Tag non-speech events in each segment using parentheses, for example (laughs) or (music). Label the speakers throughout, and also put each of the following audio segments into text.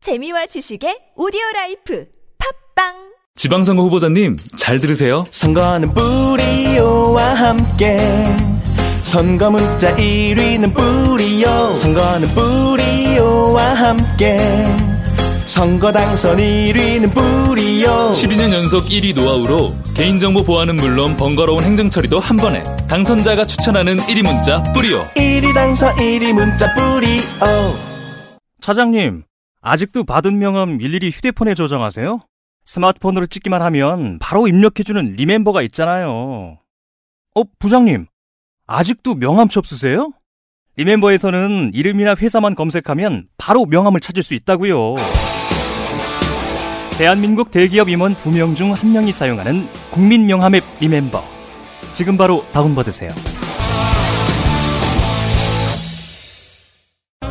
Speaker 1: 재미와 지식의 오디오 라이프 팝빵
Speaker 2: 지방선거 후보자님 잘 들으세요.
Speaker 3: 선거는 뿌리오와 함께 선거 문자 1위는 뿌리오 선거는 뿌리오와 함께 선거 당선 1위는 뿌리오
Speaker 2: 12년 연속 1위 노하우로 개인정보 보안은 물론 번거로운 행정처리도 한 번에 당선자가 추천하는 1위 문자 뿌리오.
Speaker 3: 1위 당선 1위 문자 뿌리오
Speaker 4: 차장님, 아직도 받은 명함 일일이 휴대폰에 저장하세요? 스마트폰으로 찍기만 하면 바로 입력해주는 리멤버가 있잖아요. 어, 부장님, 아직도 명함첩 쓰세요? 리멤버에서는 이름이나 회사만 검색하면 바로 명함을 찾을 수 있다고요. 대한민국 대기업 임원 2명 중 1명이 사용하는 국민 명함 앱 리멤버. 지금 바로 다운받으세요.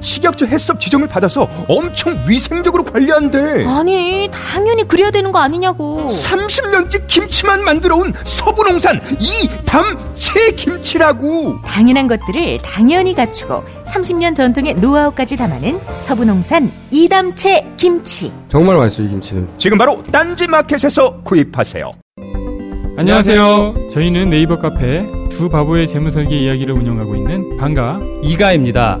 Speaker 5: 식약처 해썹 지정을 받아서 엄청 위생적으로 관리한대.
Speaker 6: 아니, 당연히 그래야 되는 거 아니냐고.
Speaker 5: 30년째 김치만 만들어온 서부농산 이담채 김치라고.
Speaker 6: 당연한 것들을 당연히 갖추고 30년 전통의 노하우까지 담아낸 서부농산 이담채 김치.
Speaker 7: 정말 맛있어요, 이 김치는.
Speaker 5: 지금 바로 딴지마켓에서 구입하세요.
Speaker 8: 안녕하세요. 저희는 네이버 카페 두 바보의 재무설계 이야기를 운영하고 있는 방가 이가입니다.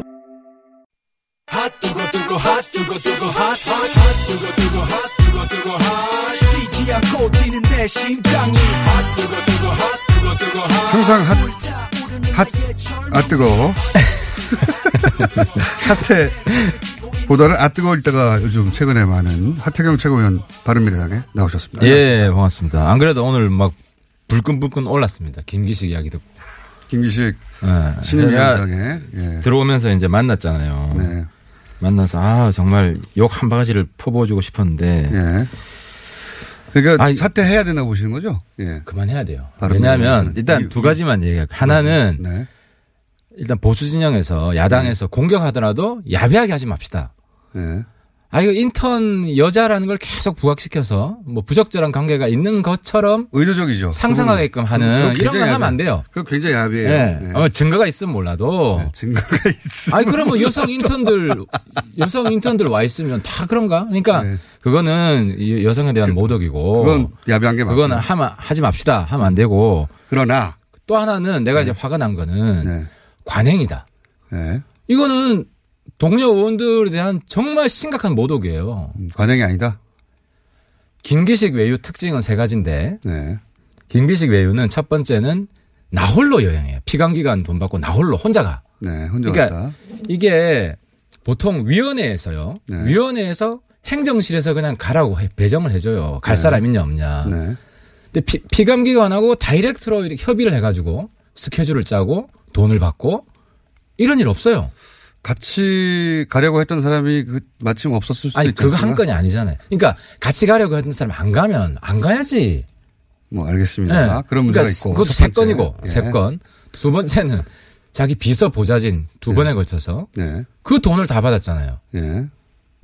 Speaker 9: 항상 핫, 핫, 아 뜨거워. 핫해. 보다는 아 뜨거울 때가 요즘 최근에 많은 하태경 최고위원 바른미래당에 나오셨습니다.
Speaker 10: 예, 반갑습니다. 안 그래도 오늘 막 불끈불끈 올랐습니다. 김기식 이야기 듣고.
Speaker 9: 김기식
Speaker 10: 예.
Speaker 9: 신임위원장에.
Speaker 10: 제가
Speaker 9: 예.
Speaker 10: 네. 들어오면서 이제 만났잖아요.
Speaker 9: 네.
Speaker 10: 만나서 아 정말 욕 한 바가지를 퍼부어주고 싶었는데
Speaker 9: 예. 그러니까
Speaker 10: 아이.
Speaker 9: 사퇴해야 되나 보시는 거죠? 예.
Speaker 10: 그만해야 돼요.
Speaker 9: 바른
Speaker 10: 왜냐하면
Speaker 9: 미래당은
Speaker 10: 일단
Speaker 9: 이-
Speaker 10: 두 가지만 얘기할게요. 하나는
Speaker 9: 네.
Speaker 10: 일단 보수 진영에서 야당에서 공격하더라도 야비하게 하지 맙시다.
Speaker 9: 예.
Speaker 10: 아 이거 인턴 여자라는 걸 계속 부각시켜서 뭐 부적절한 관계가 있는 것처럼
Speaker 9: 의도적이죠.
Speaker 10: 상상하게끔
Speaker 9: 그건- 그건
Speaker 10: 하는 이런
Speaker 9: 굉장히
Speaker 10: 건 하면
Speaker 9: 야비해요.
Speaker 10: 안 돼요.
Speaker 9: 그거 굉장히 야비해요.
Speaker 10: 예.
Speaker 9: 예.
Speaker 10: 아마 증거가 있으면 몰라도
Speaker 9: 네, 증거가 있어.
Speaker 10: 아니 그러면 여성 인턴들 여성 인턴들 와 있으면 다 그런가? 그러니까
Speaker 9: 네.
Speaker 10: 그거는 이 여성에 대한 모독이고
Speaker 9: 그건 야비한 게 맞고.
Speaker 10: 뭐 그거는 하마, 하지 맙시다 하면 안 되고
Speaker 9: 그러나.
Speaker 10: 또 하나는 내가 이제 화가 난 거는
Speaker 9: 네.
Speaker 10: 관행이다.
Speaker 9: 예.
Speaker 10: 이거는 동료 의원들에 대한 정말 심각한 모독이에요.
Speaker 9: 음, 관행이 아니다.
Speaker 10: 김기식 외유 특징은 세 가지인데
Speaker 9: 네.
Speaker 10: 김기식 외유는 첫 번째는 나홀로 여행해요. 피감기간 돈 받고 나홀로 혼자 가.
Speaker 9: 네. 혼자
Speaker 10: 그러니까
Speaker 9: 왔다.
Speaker 10: 이게 보통 위원회에서요.
Speaker 9: 네.
Speaker 10: 위원회에서 행정실에서 그냥 가라고 해- 배정을 해줘요. 갈 사람 있냐 없냐.
Speaker 9: 네.
Speaker 10: 근데 피, 피감기관하고 다이렉트로 이렇게 협의를 해가지고 스케줄을 짜고 돈을 받고 이런 일 없어요.
Speaker 9: 같이 가려고 했던 사람이 그 마침 없었을 수도
Speaker 10: 아니
Speaker 9: 있겠어요.
Speaker 10: 그거 한 건이 아니잖아요. 그러니까 같이 가려고 했던 사람 안 가면 안 가야지.
Speaker 9: 뭐
Speaker 10: 예.
Speaker 9: 알겠습니다. 그런 문제가 있고.
Speaker 10: 그것도
Speaker 9: 첫
Speaker 10: 세
Speaker 9: 번째.
Speaker 10: 건이고
Speaker 9: 예.
Speaker 10: 세 건. 두 번째는 자기 비서 보좌진 두 번에 걸쳐서
Speaker 9: 네.
Speaker 10: 그 돈을 다 받았잖아요.
Speaker 9: 예.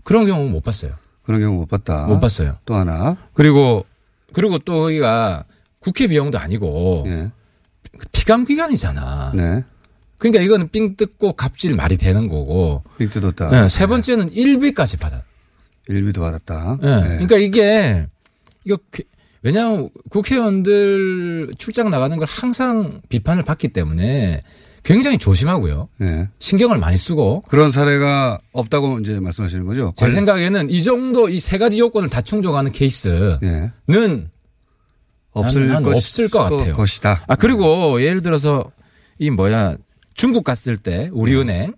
Speaker 10: 그런 경우 못 봤어요.
Speaker 9: 그런 경우 못 봤다.
Speaker 10: 못 봤어요.
Speaker 9: 또 하나.
Speaker 10: 그리고 그리고 또 거기가 국회 비용도 아니고 그
Speaker 9: 예.
Speaker 10: 피감 기간이잖아.
Speaker 9: 네.
Speaker 10: 그러니까 이거는 삥 뜯고 갑질 말이 되는 거고.
Speaker 9: 빙 뜯었다.
Speaker 10: 예, 세 번째는 일비까지 받아.
Speaker 9: 일비도 받았다.
Speaker 10: 예.
Speaker 9: 예.
Speaker 10: 그러니까 이게 이거 그- 왜냐하면 국회의원들 출장 나가는 걸 항상 비판을 받기 때문에 굉장히 조심하고요.
Speaker 9: 예.
Speaker 10: 신경을 많이 쓰고
Speaker 9: 그런 사례가 없다고 이제 말씀하시는 거죠?
Speaker 10: 제 생각에는 이 정도 이 세 가지 요건을 다 충족하는 케이스는
Speaker 9: 예. 없을
Speaker 10: 나는
Speaker 9: 것
Speaker 10: 없을 것 같아요.
Speaker 9: 것이다.
Speaker 10: 아 그리고 예를 들어서 이 뭐야 중국 갔을 때 우리은행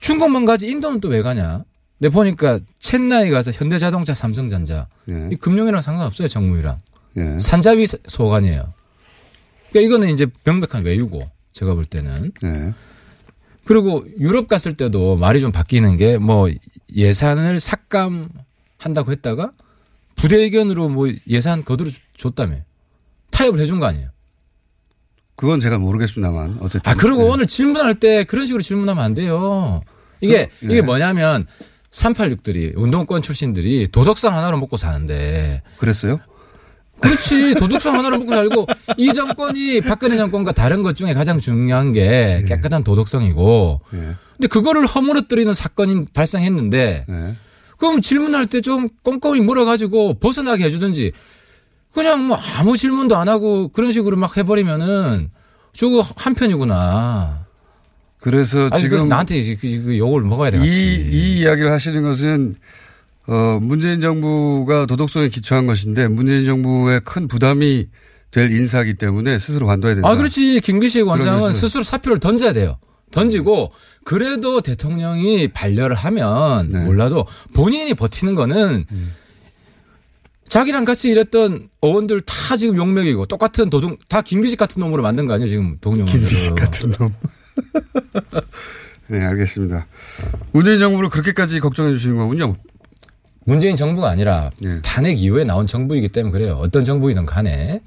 Speaker 10: 중국만 가지 인도는 또 왜 가냐? 내 보니까 챗나이 가서 현대자동차, 삼성전자
Speaker 9: 예.
Speaker 10: 이 금융이랑 상관없어요 정무이랑
Speaker 9: 예.
Speaker 10: 산자위 소관이에요. 그러니까 이거는 이제 명백한 외유고 제가 볼 때는
Speaker 9: 예.
Speaker 10: 그리고 유럽 갔을 때도 말이 좀 바뀌는 게 뭐 예산을 삭감한다고 했다가 부대의견으로 뭐 예산 거두로 줬다며 타협을 해준 거 아니에요?
Speaker 9: 그건 제가 모르겠습니다만 어쨌든 예.
Speaker 10: 아 그리고 오늘 질문할 때 그런 식으로 질문하면 안 돼요. 이게
Speaker 9: 그,
Speaker 10: 이게
Speaker 9: 예.
Speaker 10: 뭐냐면 386들이 운동권 출신들이 도덕상 하나로 먹고 사는데
Speaker 9: 그랬어요?
Speaker 10: 그렇지 도덕성 하나를 먹고 살고 이 정권이 박근혜 정권과 다른 것 중에 가장 중요한 게 깨끗한 도덕성이고
Speaker 9: 예.
Speaker 10: 근데 그거를 허물어뜨리는 사건이 발생했는데
Speaker 9: 네.
Speaker 10: 그럼 질문할 때 좀 꼼꼼히 물어가지고 벗어나게 해주든지 그냥 뭐 아무 질문도 안 하고 그런 식으로 막 해버리면은 저거 한편이구나
Speaker 9: 그래서
Speaker 10: 아니, 그
Speaker 9: 지금
Speaker 10: 나한테 이제 그- 그 욕을 먹어야 돼
Speaker 9: 이,
Speaker 10: 같이
Speaker 9: 이 이야기를 하시는 것은 어, 문재인 정부가 도덕성에 기초한 것인데 문재인 정부의 큰 부담이 될 인사이기 때문에 스스로 관둬야 된다.
Speaker 10: 아, 그렇지. 김기식 원장은
Speaker 9: 그러면서.
Speaker 10: 스스로 사표를 던져야 돼요. 던지고 그래도 대통령이 반려를 하면
Speaker 9: 네.
Speaker 10: 몰라도 본인이 버티는 거는
Speaker 9: 음.
Speaker 10: 자기랑 같이 일했던 어원들 다 지금 용맥이고 똑같은 도둑 다 김기식 같은 놈으로 만든 거 아니에요 지금 동료들 (laughs) 김기식
Speaker 9: 같은 놈 어. (laughs) 네, 알겠습니다. 문재인 정부를 그렇게까지 걱정해 주시는 거군요.
Speaker 10: 문재인 정부가 아니라
Speaker 9: 예.
Speaker 10: 탄핵 이후에 나온 정부이기 때문에 그래요 어떤 정부이든 간에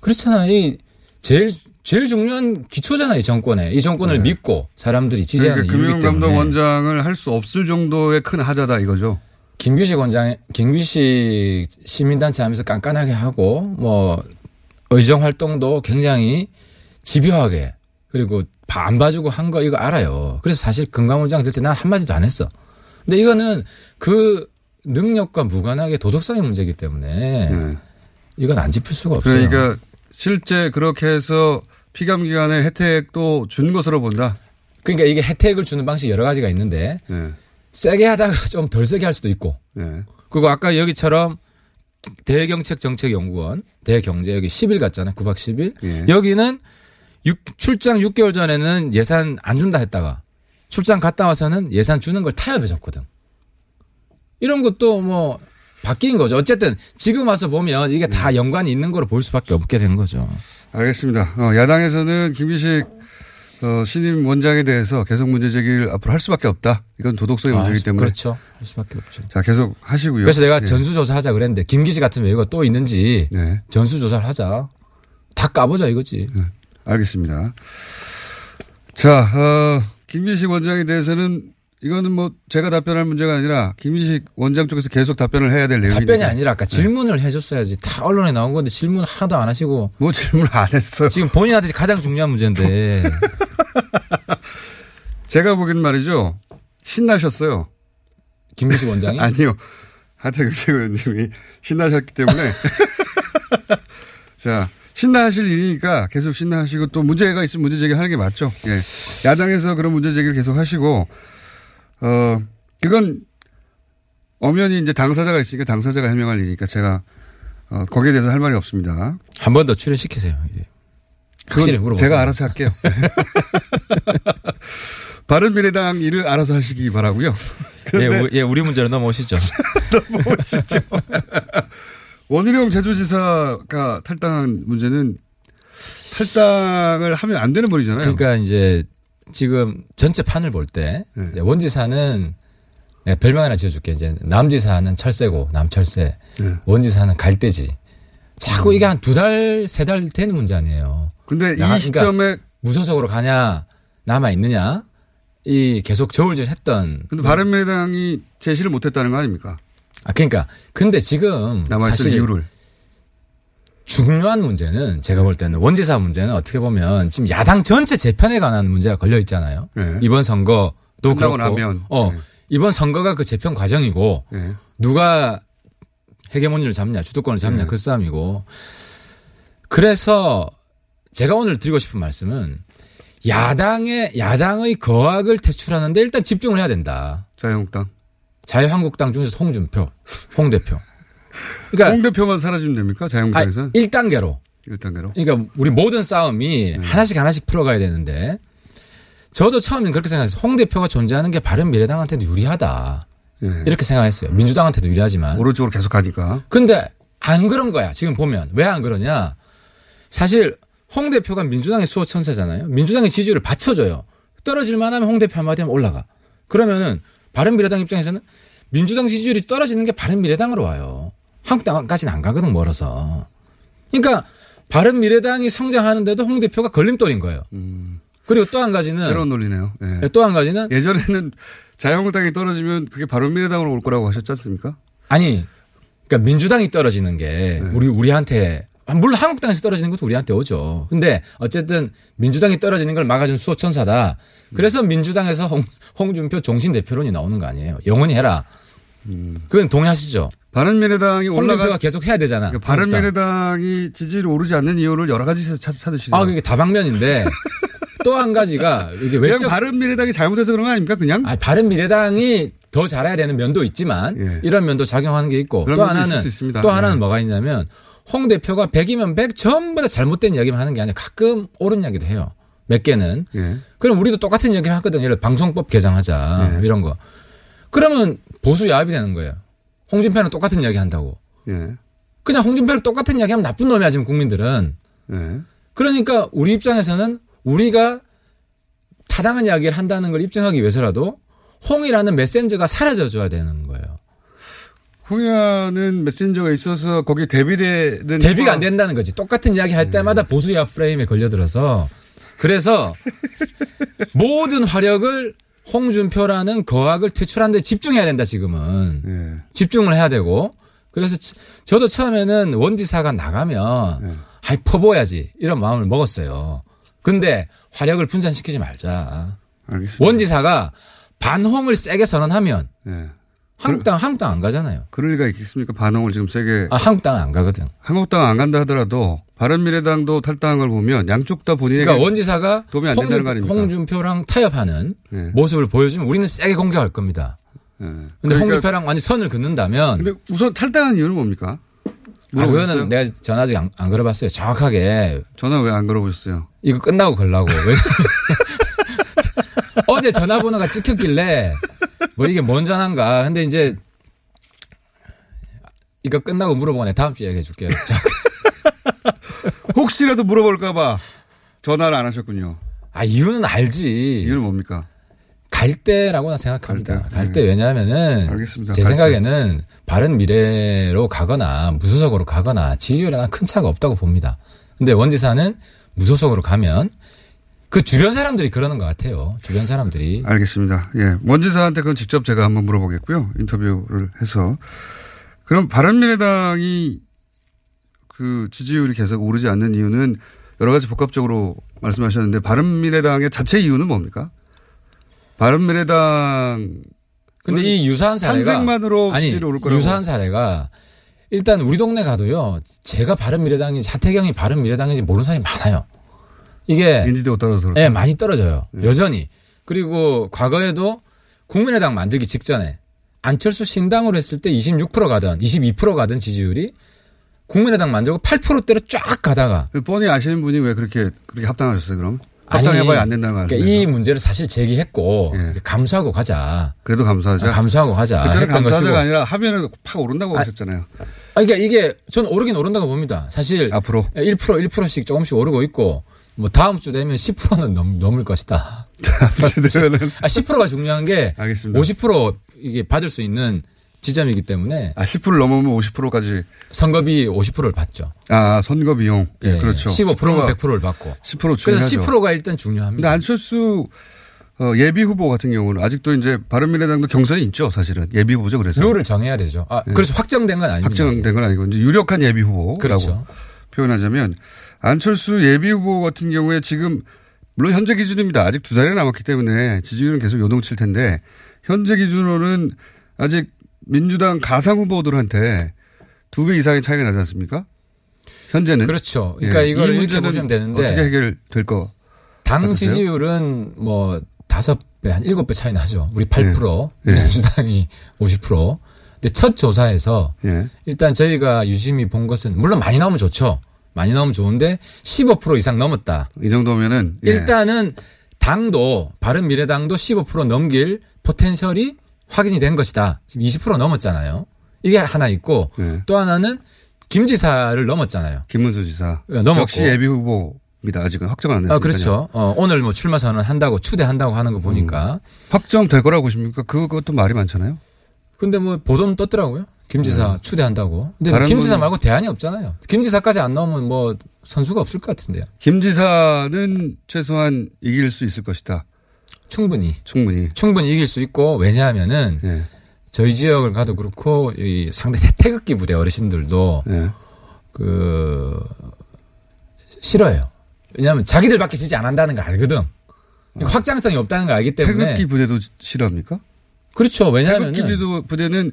Speaker 10: 그렇잖아 이 제일 제일 중요한 기초잖아 이 정권에 이 정권을 믿고 사람들이 지지하는
Speaker 9: 네. 그러니까
Speaker 10: 이유이기 때문에 네.
Speaker 9: 금융감독원장을 할 수 없을 정도의 큰 하자다 이거죠.
Speaker 10: 김규식 원장, 김규식 시민단체 하면서 깐깐하게 하고, 뭐, 의정 활동도 굉장히 집요하게, 그리고 안 봐주고 한 거 이거 알아요. 그래서 사실 금감원장 될 때 난 한마디도 안 했어. 근데 이거는 그 능력과 무관하게 도덕성의 문제이기 때문에 이건 안 짚을 수가 네, 없어요.
Speaker 9: 음. 네. 그러니까 실제 그렇게 해서 피감 기관의 혜택도 준 것으로 본다.
Speaker 10: 그러니까 이게 혜택을 주는 방식 여러 가지가 있는데 세게 하다가 (laughs) 좀 덜 세게 할 수도 있고
Speaker 9: 네.
Speaker 10: 그리고 아까 여기처럼 대경책정책연구원 대경제 여기 10일 갔잖아요. 9박 10일.
Speaker 9: 예.
Speaker 10: 여기는 육- 출장 6개월 전에는 예산 안 준다 했다가 출장 갔다 와서는 예산 주는 걸 타협해 줬거든. 이런 것도 뭐 바뀐 거죠. 어쨌든 지금 와서 보면 이게
Speaker 9: 예.
Speaker 10: 다 연관이 있는 거로 볼 수밖에 없게 된 거죠.
Speaker 9: 알겠습니다. 어, 야당에서는 김기식 어, 신임 원장에 대해서 계속 문제 제기를 앞으로 할 수밖에 없다. 이건 도덕성의
Speaker 10: 아,
Speaker 9: 문제이기 네, 때문에
Speaker 10: 그렇죠. 할 수밖에 없죠.
Speaker 9: 자 계속 하시고요.
Speaker 10: 그래서 내가
Speaker 9: 예. 네.
Speaker 10: 전수조사 하자 그랬는데 김기지 같은 외우가 또 있는지 전수조사를 하자. 다 까보자 이거지.
Speaker 9: 알겠습니다. 자, 어, 김민식 원장에 대해서는 이거는 뭐 제가 답변할 문제가 아니라 김민식 원장 쪽에서 계속 답변을 해야 될 내용이니까.
Speaker 10: 답변이 아니라
Speaker 9: 네.
Speaker 10: 아까 질문을 해줬어야지. 다 언론에 나온 건데 질문 하나도 안 하시고.
Speaker 9: 뭐 질문 안 했어요.
Speaker 10: 지금 본인한테 가장
Speaker 9: (laughs)
Speaker 10: 중요한 문제인데.
Speaker 9: 제가 보기엔 말이죠. 신나셨어요.
Speaker 10: 김민식 원장이?
Speaker 9: 아니요. 하태경 최고위원님이 신나셨기
Speaker 10: (laughs)
Speaker 9: 때문에. 자, 신나하실 일이니까 계속 신나하시고 또 문제가 있으면 문제 제기하는 게 맞죠. 예. 야당에서 그런 문제 제기를 계속 하시고, 어, 그건 엄연히 이제 당사자가 있으니까 당사자가 해명할 일이니까 제가 어, 거기에 대해서 할 말이 없습니다.
Speaker 10: 한 번 더 출연시키세요. 예.
Speaker 9: 그건
Speaker 10: 확실히 물어보세요.
Speaker 9: 제가 알아서 할게요. (laughs) 바른미래당 일을 알아서 하시기 바라고요.
Speaker 10: 예,
Speaker 9: 그런데 네.
Speaker 10: 우- 예, 우리 문제로 넘어오시죠.
Speaker 9: 원희룡 제주지사가 탈당한 문제는 탈당을 하면 안 되는 벌이잖아요.
Speaker 10: 그러니까 이제 지금 전체 판을 볼 때
Speaker 9: 네.
Speaker 10: 원지사는 내가 별명 하나 지어줄게. 이제 남지사는 철새고 남철새,
Speaker 9: 네. 음.
Speaker 10: 원지사는 갈대지. 자꾸 이게 한 두 달 세 달 되는 문제 아니에요.
Speaker 9: 근데 이
Speaker 10: 나- 그러니까
Speaker 9: 시점에
Speaker 10: 무소속으로 가냐 남아 있느냐 이 계속 저울질했던.
Speaker 9: 근데 바른미래당이 제시를 못했다는 거 아닙니까?
Speaker 10: 아 그러니까 근데 지금
Speaker 9: 남아있을
Speaker 10: 사실
Speaker 9: 이유를
Speaker 10: 중요한 문제는 제가 볼 때는 원지사 문제는 어떻게 보면 지금 야당 전체 재편에 관한 문제가 걸려 있잖아요.
Speaker 9: 네.
Speaker 10: 이번 선거도
Speaker 9: 끝나고
Speaker 10: 그렇고
Speaker 9: 나면. 네.
Speaker 10: 어 이번 선거가 그 재편 과정이고
Speaker 9: 예.
Speaker 10: 누가 헤게모니를 잡냐 주도권을
Speaker 9: 예.
Speaker 10: 잡냐 그 싸움이고 그래서 제가 오늘 드리고 싶은 말씀은 야당의 야당의 거악을 퇴출하는데 일단 집중을 해야 된다.
Speaker 9: 자유한국당.
Speaker 10: 자유한국당 중에서 홍준표, 홍 대표. 그러니까 아,
Speaker 9: 홍 대표만 사라지면 됩니까? 자유한국당에서?
Speaker 10: 일 1단계로
Speaker 9: 1단계로.
Speaker 10: 그러니까 우리 모든
Speaker 9: 예.
Speaker 10: 싸움이 하나씩 하나씩 풀어가야 되는데 저도 처음엔 그렇게 생각했어요. 홍 대표가 존재하는 게 바른 미래당한테도 유리하다. 이렇게 생각했어요. 민주당한테도 유리하지만.
Speaker 9: 예. 오른쪽으로 계속 가니까.
Speaker 10: 근데 안 그런 거야. 지금 보면 왜 안 그러냐? 사실 홍 대표가 민주당의 수호 천사잖아요. 민주당의 지지율을 받쳐줘요. 떨어질 만하면 홍 대표 한마디 하면 올라가. 그러면은 바른미래당 입장에서는 민주당 지지율이 떨어지는 게 바른미래당으로 와요. 한국당까지는 안 가거든 멀어서. 그러니까 바른미래당이 성장하는데도 홍 대표가 걸림돌인 거예요. 그리고 또 한 가지는
Speaker 9: 음. 새로운 논리네요. 예.
Speaker 10: 또 한 가지는
Speaker 9: 예전에는 자유한국당이 떨어지면 그게 바른미래당으로 올 거라고 하셨지 않습니까?
Speaker 10: 아니, 그러니까 민주당이 떨어지는 게
Speaker 9: 네.
Speaker 10: 우리 우리한테 아, 물론 한국당에서 떨어지는 것도 우리한테 오죠. 근데 어쨌든 민주당이 떨어지는 걸 막아준 수호천사다.
Speaker 9: 음.
Speaker 10: 그래서 민주당에서 홍, 홍준표 종신 대표론이 나오는 거 아니에요. 영원히 해라. 그건 동의하시죠?
Speaker 9: 바른미래당이
Speaker 10: 홍준표가
Speaker 9: 음. 올라가
Speaker 10: 계속 해야 되잖아.
Speaker 9: 그러니까 바른미래당이 지지율이 오르지 않는 이유를 여러 가지에서 찾, 찾으시네요.
Speaker 10: 아, 그게
Speaker 9: (laughs)
Speaker 10: 다방면인데 또 한 가지가 이게
Speaker 9: 그냥
Speaker 10: 외적
Speaker 9: 바른미래당이 잘못해서 그런 거 아닙니까? 그냥
Speaker 10: 아, 바른 미래당이 더 잘해야 되는 면도 있지만 이런 면도 작용하는 게 있고
Speaker 9: 예. 그런
Speaker 10: 또
Speaker 9: 면도
Speaker 10: 하나는
Speaker 9: 있을 수 있습니다.
Speaker 10: 또 하나는
Speaker 9: 네.
Speaker 10: 뭐가 있냐면 홍 대표가 100이면 100 전부 다 잘못된 이야기만 하는 게 아니라 가끔 옳은 이야기도 해요. 몇 개는.
Speaker 9: 예.
Speaker 10: 그럼 우리도 똑같은 이야기를 하거든요. 예를 들어 방송법 개정하자
Speaker 9: 예.
Speaker 10: 이런 거. 그러면 보수 야합이 되는 거예요. 홍준표는 똑같은 이야기 한다고.
Speaker 9: 예.
Speaker 10: 그냥 홍준표랑 똑같은 이야기하면 나쁜 놈이야 지금 국민들은.
Speaker 9: 예.
Speaker 10: 그러니까 우리 입장에서는 우리가 타당한 이야기를 한다는 걸 입증하기 위해서라도 홍이라는 메신저가 사라져줘야 되는 거예요.
Speaker 9: 홍야는 메신저가 있어서 거기에 대비되는
Speaker 10: 대비가 안 된다는 거지. 똑같은 이야기 할 때마다 보수야 프레임에 걸려들어서 그래서 모든 화력을 홍준표라는 거학을 퇴출하는데 집중해야 된다 지금은
Speaker 9: 네. 예,
Speaker 10: 집중을 해야 되고 그래서 치- 저도 처음에는 원지사가 나가면 아이 퍼부어야지 이런 마음을 먹었어요. 근데 화력을 분산시키지 말자. 원지사가 반홍을 세게 선언하면
Speaker 9: 예.
Speaker 10: 한국당 한국당 안 가잖아요.
Speaker 9: 그럴 리가 있겠습니까? 반응을 지금 세게.
Speaker 10: 아, 한국당 안 가거든.
Speaker 9: 한국당 안 간다 하더라도 바른미래당도 탈당한 걸 보면 양쪽 다 본인에게 (laughs)
Speaker 10: 그러니까 원지사가
Speaker 9: 도움이 안 된다는 거
Speaker 10: 홍준,
Speaker 9: 아닙니까?
Speaker 10: 홍준표랑 타협하는 모습을 보여주면 우리는 세게 공격할 겁니다.
Speaker 9: 예.
Speaker 10: 근데
Speaker 9: 그러니까
Speaker 10: 홍준표랑 완전 선을 긋는다면. 근데
Speaker 9: 우선 탈당한 이유는 뭡니까?
Speaker 10: 아,
Speaker 9: 물어보셨어요?
Speaker 10: 그거는 내가 전화 아직 안, 안 걸어봤어요. 정확하게.
Speaker 9: 전화 왜 안 걸어보셨어요?
Speaker 10: 이거 끝나고 걸라고. 왜- (laughs) 어제 전화번호가 찍혔길래 뭐 이게 뭔 전화인가. 근데 이제 이거 끝나고 물어보고 내가 다음 주에 얘기해 줄게요. 자,
Speaker 9: 혹시라도 물어볼까봐 전화를 안 하셨군요.
Speaker 10: 아, 이유는 알지.
Speaker 9: 이유는 뭡니까?
Speaker 10: 갈 때라고 나 생각합니다. 갈 때 왜냐하면은
Speaker 9: 음. 알겠습니다.
Speaker 10: 제
Speaker 9: 갈 때.
Speaker 10: 생각에는 바른 미래로 가거나 무소속으로 가거나 지지율에 난큰 차가 없다고 봅니다. 근데 원지사는 무소속으로 가면 그 주변 사람들이 그러는 것 같아요. 주변 사람들이
Speaker 9: 알겠습니다. 예. 원지사한테 그건 직접 제가 한번 물어보겠고요. 인터뷰를 해서. 그럼 바른미래당이 그 지지율이 계속 오르지 않는 이유는 여러 가지 복합적으로 말씀하셨는데 바른미래당의 자체 이유는 뭡니까? 바른미래당
Speaker 10: 근데 이 유사한 사례가
Speaker 9: 탄생만으로
Speaker 10: 아니,
Speaker 9: 지지율이 오를 거라고.
Speaker 10: 유사한 사례가 일단 우리 동네 가도요. 제가 바른 미래당인지 하태경이 바른 미래당인지 모르는 사람이 많아요. 이게
Speaker 9: 인지도가 떨어져서 그렇죠.
Speaker 10: 예, 많이 떨어져요.
Speaker 9: 음.
Speaker 10: 여전히. 그리고 과거에도 국민의당 만들기 직전에 안철수 신당으로 했을 때 26% 가던 22% 가던 지지율이 국민의당 만들고 8%대로 쫙 가다가
Speaker 9: 뻔히 아시는 분이 왜 그렇게 그렇게 합당하셨어요, 그럼?
Speaker 10: 네. 아니,
Speaker 9: 합당해봐야 안 된다는 말씀.
Speaker 10: 그러니까 이 문제를 사실 제기했고 감수하고 가자.
Speaker 9: 그래도 감수하자.
Speaker 10: 아, 감수하고 가자.
Speaker 9: 그때는
Speaker 10: 했던 것이고.
Speaker 9: 감사자가 아니라 하면은 팍 오른다고
Speaker 10: 아,
Speaker 9: 하셨잖아요.
Speaker 10: 아니, 그러니까 이게 전 오르긴 오른다고 봅니다. 사실 (laughs)
Speaker 9: 앞으로
Speaker 10: 1% 1%씩 조금씩 오르고 있고 뭐 다음 주 되면 10%는 넘, 넘을 것이다.
Speaker 9: (laughs)
Speaker 10: 아 10%가 중요한 게 50% 이게 받을 수 있는 지점이기 때문에
Speaker 9: 아, 10%를 넘으면 50%까지
Speaker 10: 선거비 50%를 받죠.
Speaker 9: 아, 선거 비용. 예,
Speaker 10: 예,
Speaker 9: 그렇죠.
Speaker 10: 15%면
Speaker 9: 10%가
Speaker 10: 100%를 받고.
Speaker 9: 10%
Speaker 10: 그래서
Speaker 9: 중요하죠.
Speaker 10: 10%가 일단 중요합니다.
Speaker 9: 근데 안철수 어, 예비 후보 같은 경우는 아직도 이제 바른미래당도 경선이 있죠, 사실은. 예비 후보죠, 그래서.
Speaker 10: 룰을 정해야 되죠. 아, 그래서 확정된 건 아닙니다.
Speaker 9: 확정된 건 아니고 이제 유력한 예비 후보라고
Speaker 10: 그렇죠.
Speaker 9: 표현하자면 안철수 예비 후보 같은 경우에 지금 물론 현재 기준입니다. 아직 두 달이 남았기 때문에 지지율은 계속 요동칠 텐데 현재 기준으로는 아직 민주당 가상 후보들한테 두 배 이상의 차이가 나지 않습니까? 현재는
Speaker 10: 그렇죠. 그러니까 이거를
Speaker 9: 네. 예, 이
Speaker 10: 이렇게
Speaker 9: 문제는
Speaker 10: 보시면 되는데
Speaker 9: 어떻게 해결될 거?
Speaker 10: 당
Speaker 9: 같으세요?
Speaker 10: 지지율은 뭐 다섯 배한 일곱 배 차이 나죠. 우리 8%
Speaker 9: 예.
Speaker 10: (laughs) 민주당이 50%. 근데 첫 조사에서
Speaker 9: 예.
Speaker 10: 일단 저희가 유심히 본 것은 물론 많이 나오면 좋죠. 많이 나오면 좋은데 15% 이상 넘었다.
Speaker 9: 이 정도면은 예.
Speaker 10: 일단은 당도 바른 미래당도 15% 넘길 포텐셜이 확인이 된 것이다. 지금 20% 넘었잖아요. 이게 하나 있고
Speaker 9: 예.
Speaker 10: 또 하나는 김 지사를 넘었잖아요.
Speaker 9: 김문수 지사
Speaker 10: 예, 넘었고.
Speaker 9: 역시 예비 후보 아직은 확정은 안 됐습니다.
Speaker 10: 아, 그렇죠. 어, 오늘 뭐 출마 선언 한다고 추대한다고 하는 거
Speaker 9: 음.
Speaker 10: 보니까.
Speaker 9: 확정될 거라고 보십니까? 그것도 말이 많잖아요.
Speaker 10: 근데 뭐 보도는 떴더라고요. 김 지사 추대한다고. 근데
Speaker 9: 예. 다른
Speaker 10: 김 지사
Speaker 9: 분-
Speaker 10: 말고 대안이 없잖아요. 김 지사까지 안 나오면 뭐 선수가 없을 것 같은데요.
Speaker 9: 김 지사는 최소한 이길 수 있을 것이다.
Speaker 10: 충분히.
Speaker 9: 충분히.
Speaker 10: 충분히 이길 수 있고 왜냐하면은
Speaker 9: 예.
Speaker 10: 저희 지역을 가도 그렇고 이 상대 태극기 부대 어르신들도
Speaker 9: 예.
Speaker 10: 그 싫어요. 왜냐하면 자기들밖에 지지 안 한다는 걸 알거든. 그러니까 확장성이 없다는 걸 알기 때문에
Speaker 9: 어. 태극기 부대도 싫어합니까?
Speaker 10: 그렇죠. 왜냐하면
Speaker 9: 태극기 부대- 부대는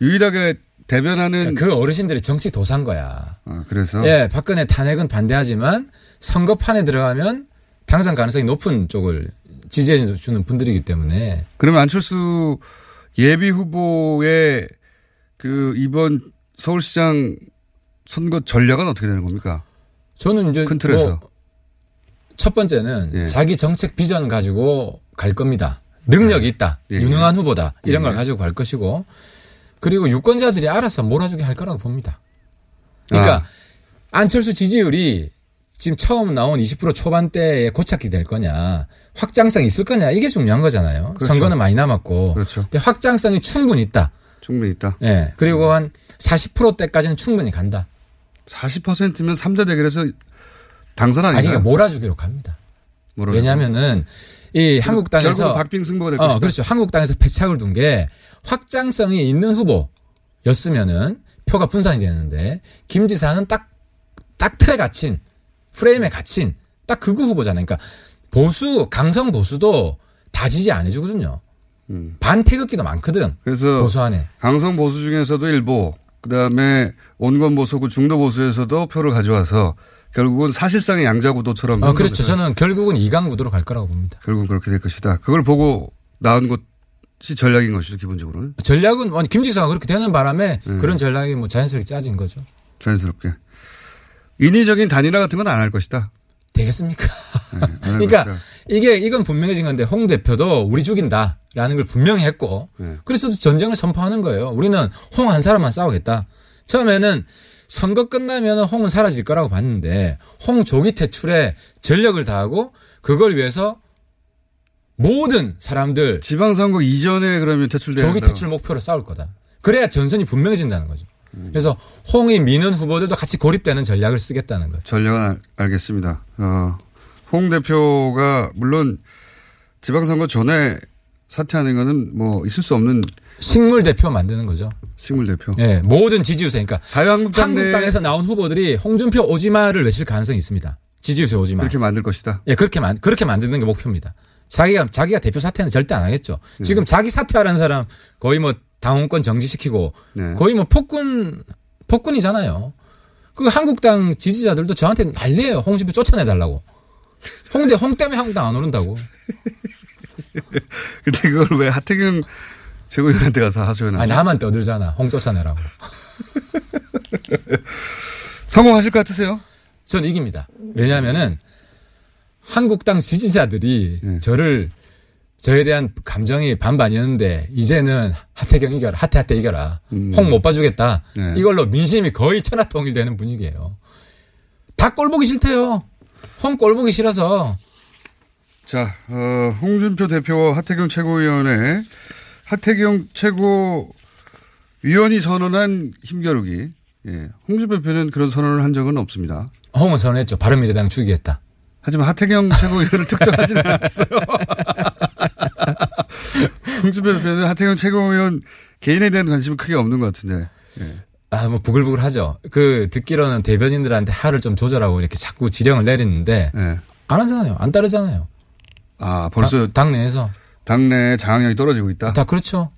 Speaker 9: 유일하게 대변하는
Speaker 10: 그 어르신들이 정치 도산 거야.
Speaker 9: 아, 그래서
Speaker 10: 예, 박근혜 탄핵은 반대하지만 선거판에 들어가면 당선 가능성이 높은 쪽을 지지해 주는 분들이기 때문에
Speaker 9: 그러면 안철수 예비 후보의 그 이번 서울시장 선거 전략은 어떻게 되는 겁니까?
Speaker 10: 저는 이제
Speaker 9: 큰 틀에서
Speaker 10: 뭐 첫 번째는
Speaker 9: 예.
Speaker 10: 자기 정책 비전 가지고 갈 겁니다. 능력이 있다.
Speaker 9: 예.
Speaker 10: 유능한 후보다. 이런 걸
Speaker 9: 예.
Speaker 10: 가지고 갈 것이고 그리고 유권자들이 알아서 몰아주게 할 거라고 봅니다. 그러니까
Speaker 9: 아.
Speaker 10: 안철수 지지율이 지금 처음 나온 20% 초반대에 고착이 될 거냐, 확장성이 있을 거냐, 이게 중요한 거잖아요.
Speaker 9: 그렇죠.
Speaker 10: 선거는 많이 남았고.
Speaker 9: 그렇죠.
Speaker 10: 근데 확장성이 충분히 있다.
Speaker 9: 충분히 있다.
Speaker 10: 예. 그리고 한 40%대까지는 충분히 간다.
Speaker 9: 40%면 삼자 대결에서 당선
Speaker 10: 아니,
Speaker 9: 아닌가요?
Speaker 10: 그러니까 몰아주기로 갑니다.
Speaker 9: 뭐라고
Speaker 10: 왜냐면은, 이 한국당에서.
Speaker 9: 그렇죠. 결국 박빙 승부가 될
Speaker 10: 어,
Speaker 9: 것이다.
Speaker 10: 그렇죠. 한국당에서 패착을 둔 게 확장성이 있는 후보였으면은 표가 분산이 되는데 김 지사는 딱, 딱 틀에 갇힌 프레임에 갇힌 딱 극우 후보잖아요. 그러니까 보수, 강성 보수도 다 지지 안 해주거든요.
Speaker 9: 음.
Speaker 10: 반태극기도 많거든.
Speaker 9: 그래서
Speaker 10: 보수 안에. 어,
Speaker 9: 강성 보수 중에서도 일부, 그다음에 온건 보수고 중도 보수에서도 표를 가져와서 결국은 사실상의 양자 구도처럼
Speaker 10: 어, 그렇죠. 저는 결국은 이강 구도로 갈 거라고 봅니다.
Speaker 9: 결국은 그렇게 될 것이다. 그걸 보고 나온 것이 전략인 것이죠, 기본적으로는.
Speaker 10: 전략은 아니, 김 지사가 그렇게 되는 바람에
Speaker 9: 음.
Speaker 10: 그런 전략이 뭐 자연스럽게 짜진 거죠.
Speaker 9: 자연스럽게. 인위적인 단일화 같은 건 안 할 것이다.
Speaker 10: 되겠습니까? (laughs)
Speaker 9: 안할
Speaker 10: 그러니까
Speaker 9: 것이다.
Speaker 10: 이게 이건 분명해진 건데 홍 대표도 우리 죽인다라는 걸 분명히 했고
Speaker 9: 네.
Speaker 10: 그래서 전쟁을 선포하는 거예요. 우리는 홍 한 사람만 싸우겠다. 처음에는 선거 끝나면 홍은 사라질 거라고 봤는데 홍 조기 퇴출에 전력을 다하고 그걸 위해서 모든 사람들
Speaker 9: 지방선거 이전에 그러면 퇴출돼야
Speaker 10: 조기
Speaker 9: 한다고.
Speaker 10: 퇴출 목표로 싸울 거다. 그래야 전선이 분명해진다는 거죠. 그래서 홍이 미는 후보들도 같이 고립되는 전략을 쓰겠다는 거예요.
Speaker 9: 전략은 알- 알겠습니다. 어, 홍 대표가 물론 지방선거 전에 사퇴하는 거는 뭐 있을 수 없는
Speaker 10: 식물 대표 만드는 거죠.
Speaker 9: 식물 대표.
Speaker 10: 예, 모든 지지유세 그러니까
Speaker 9: 자유한국당 내
Speaker 10: 한국당에서 나온 후보들이 홍준표 오지마를 외칠 가능성이 있습니다. 지지율세 오지마.
Speaker 9: 그렇게 만들 것이다. (laughs)
Speaker 10: 예, 그렇게 만 그렇게 만드는 게 목표입니다. 자기가 자기가 대표 사퇴는 절대 안 하겠죠.
Speaker 9: 네.
Speaker 10: 지금 자기 사퇴하라는 사람 거의 뭐 당원권 정지시키고
Speaker 9: 네.
Speaker 10: 거의 뭐 폭군 폭군이잖아요. 그 한국당 지지자들도 저한테 난리예요. 홍준표 쫓아내달라고. 홍대 홍 때문에 한국당 안 오른다고.
Speaker 9: 근데 그걸 왜 하태경 최고위원한테 가서 하소연하냐?
Speaker 10: 아 나만 떠들잖아. 홍 쫓아내라고.
Speaker 9: 성공하실 것 같으세요?
Speaker 10: 전 이깁니다. 왜냐하면은 한국당 지지자들이
Speaker 9: 네.
Speaker 10: 저를 저에 대한 감정이 반반이었는데 이제는 하태경 이겨라, 하태하태 이겨라, 홍 못 봐주겠다.
Speaker 9: 음. 네.
Speaker 10: 이걸로 민심이 거의 천하통일되는 분위기예요. 다 꼴보기 싫대요. 홍 꼴보기 싫어서
Speaker 9: 자, 어, 홍준표 대표와 하태경 최고위원의 하태경 최고위원이 선언한 힘겨루기. 예. 홍준표 대표는 그런 선언을 한 적은 없습니다.
Speaker 10: 홍은 선언했죠. 바른미래당 죽이겠다.
Speaker 9: 하지만 하태경 최고위원을 특정하진 않았어요. 홍준표 대표는 하태경 최고위원 개인에 대한 관심이 크게 없는 것 같은데.
Speaker 10: 아, 뭐 부글부글하죠. 그 듣기로는 대변인들한테 하를 좀 조절하고 이렇게 자꾸 지령을 내리는데
Speaker 9: 예.
Speaker 10: 안 하잖아요. 안 따르잖아요.
Speaker 9: 아, 벌써 아.
Speaker 10: 당- 당내에서
Speaker 9: 당내 장악력이 떨어지고 있다.
Speaker 10: 다 그렇죠.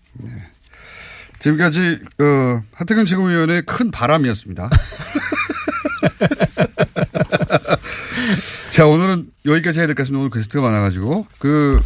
Speaker 9: 지금까지 어, 하태경 최고위원의 큰 바람이었습니다. (laughs) 자 오늘은 여기까지 해야 될 것 같습니다. 오늘 게스트가 많아가지고 그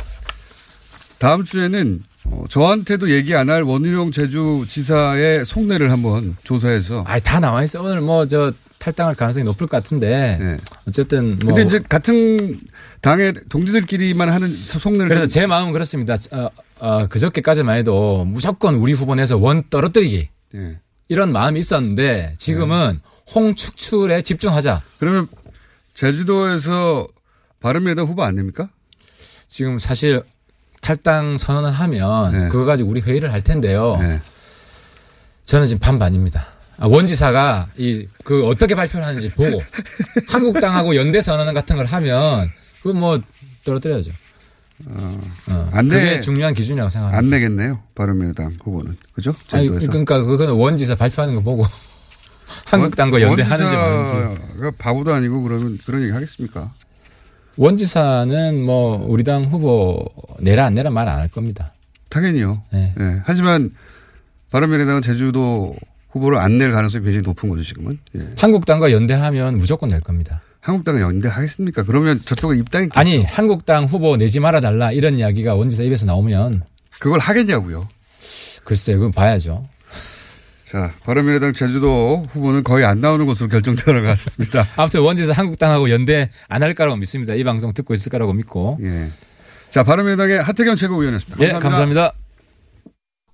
Speaker 9: 다음 주에는 어, 저한테도 얘기 안 할 원희룡 제주지사의 속내를 한번 조사해서.
Speaker 10: 아이 다 나와 있어. 오늘 뭐 저 탈당할 가능성이 높을 것 같은데
Speaker 9: 네.
Speaker 10: 어쨌든 뭐
Speaker 9: 근데 이제 같은 당의 동지들끼리만 하는 소- 속내를
Speaker 10: 그래서
Speaker 9: 좀-
Speaker 10: 제 마음은 그렇습니다. 어, 어, 그저께까지만 해도 무조건 우리 후보 내서 원 떨어뜨리기
Speaker 9: 예. 네.
Speaker 10: 이런 마음이 있었는데 지금은 홍 축출에 집중하자.
Speaker 9: 그러면 제주도에서 바른미래당 후보 아닙니까?
Speaker 10: 지금 사실 탈당 선언을 하면
Speaker 9: 네.
Speaker 10: 그거 가지고 우리 회의를 할 텐데요.
Speaker 9: 예.
Speaker 10: 저는 지금 반반입니다. 아, 원지사가 이 그 어떻게 발표를 하는지
Speaker 9: (laughs)
Speaker 10: 보고 한국당하고 연대 선언 같은 걸 하면 그건 뭐 떨어뜨려야죠. 어,
Speaker 9: 안 돼.
Speaker 10: 그게 중요한 기준이라고 생각합니다.
Speaker 9: 안 내겠네요. 바른미래당 후보는. 그죠?
Speaker 10: 아니,
Speaker 9: 제주도에서.
Speaker 10: 그러니까 그건 원지사 발표하는 거 보고 (laughs) 한국당과 연대하는지 마는지.
Speaker 9: 원지사가 그 바보도 아니고 그러면 그런 얘기 하겠습니까?
Speaker 10: 원지사는 뭐 우리 당 후보 내라 안 내라 말 안 할 겁니다.
Speaker 9: 당연히요. 예. 하지만 바른미래당은 제주도 후보를 안 낼 가능성이 굉장히 높은 거죠 지금은. 예.
Speaker 10: 한국당과 연대하면 무조건 낼 겁니다.
Speaker 9: 한국당은 연대하겠습니까? 그러면 저쪽에 입당이
Speaker 10: 아니 한국당 후보 내지 말아달라 이런 이야기가 원지사 입에서 나오면
Speaker 9: 그걸 하겠냐고요.
Speaker 10: 글쎄요, 그건 봐야죠.
Speaker 9: 자, 바른미래당 제주도 후보는 거의 안 나오는 것으로 결정되어 갔습니다. (laughs)
Speaker 10: 아무튼 원지사 한국당하고 연대 안 할 거라고 믿습니다. 이 방송 듣고 있을 거라고 믿고.
Speaker 9: 예. 자, 바른미래당의 하태경 최고위원이었습니다.
Speaker 10: 예, 감사합니다.